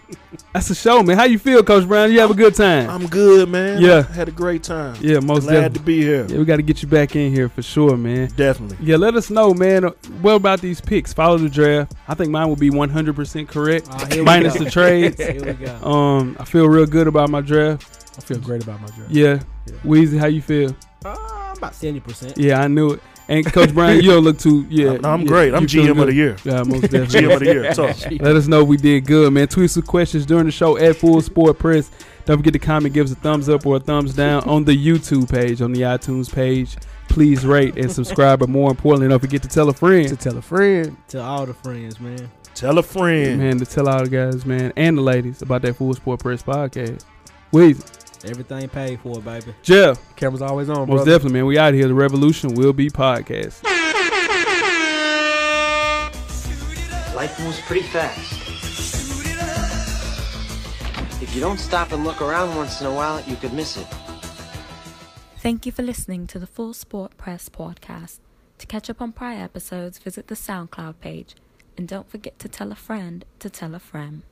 B: that's the show, man. How you feel, Coach Brown? You have a good time.
E: I'm good, man.
B: Yeah.
E: Had a great time.
B: yeah, most
E: Glad
B: definitely.
E: to be here.
B: Yeah, we got to get you back in here for sure, man.
E: Definitely.
B: Yeah, let us know, man. uh, What about these picks? Follow the draft. I think mine will be 100% correct,
C: Ah, here we
B: minus
C: go.
B: the trades.
C: *laughs* Here we go.
B: *laughs* Um, I feel real good about my draft.
A: I feel great about my draft.
B: Yeah,
A: Yeah.
B: Weezy, how you feel?
C: Uh, about seventy percent.
B: Yeah, I knew it. And
E: *laughs*
B: Coach Brian, you don't look too. Yeah,
E: I'm, I'm
B: yeah,
E: great. I'm
B: you feel
E: GM of the
B: good.
E: year. *laughs*
B: Yeah, most definitely.
E: GM of
B: *laughs*
E: the year. So,
B: Let us know if we did good, man. Tweet some questions during the show at Full Sport Press. Don't forget to comment, give us a thumbs up or a thumbs down on the YouTube page, on the iTunes page. Please rate and subscribe, but more importantly, don't forget to tell a
A: To
B: friend.
A: tell a friend.
C: To all the friends, man.
E: tell a friend.
B: Man, to tell all the guys, man, and the ladies about that Full Sport Press podcast. Weezy,
C: Everything paid for, baby.
B: Jeff,
A: Camera's always on,
B: most
A: brother.
B: definitely, man. We out here. The revolution will be podcast.
G: Life moves pretty fast. If you don't stop and look around once in a while, you could miss it.
D: Thank you for listening to the Full Sport Press podcast. To catch up on prior episodes, visit the SoundCloud page. And don't forget to tell a friend to tell a friend.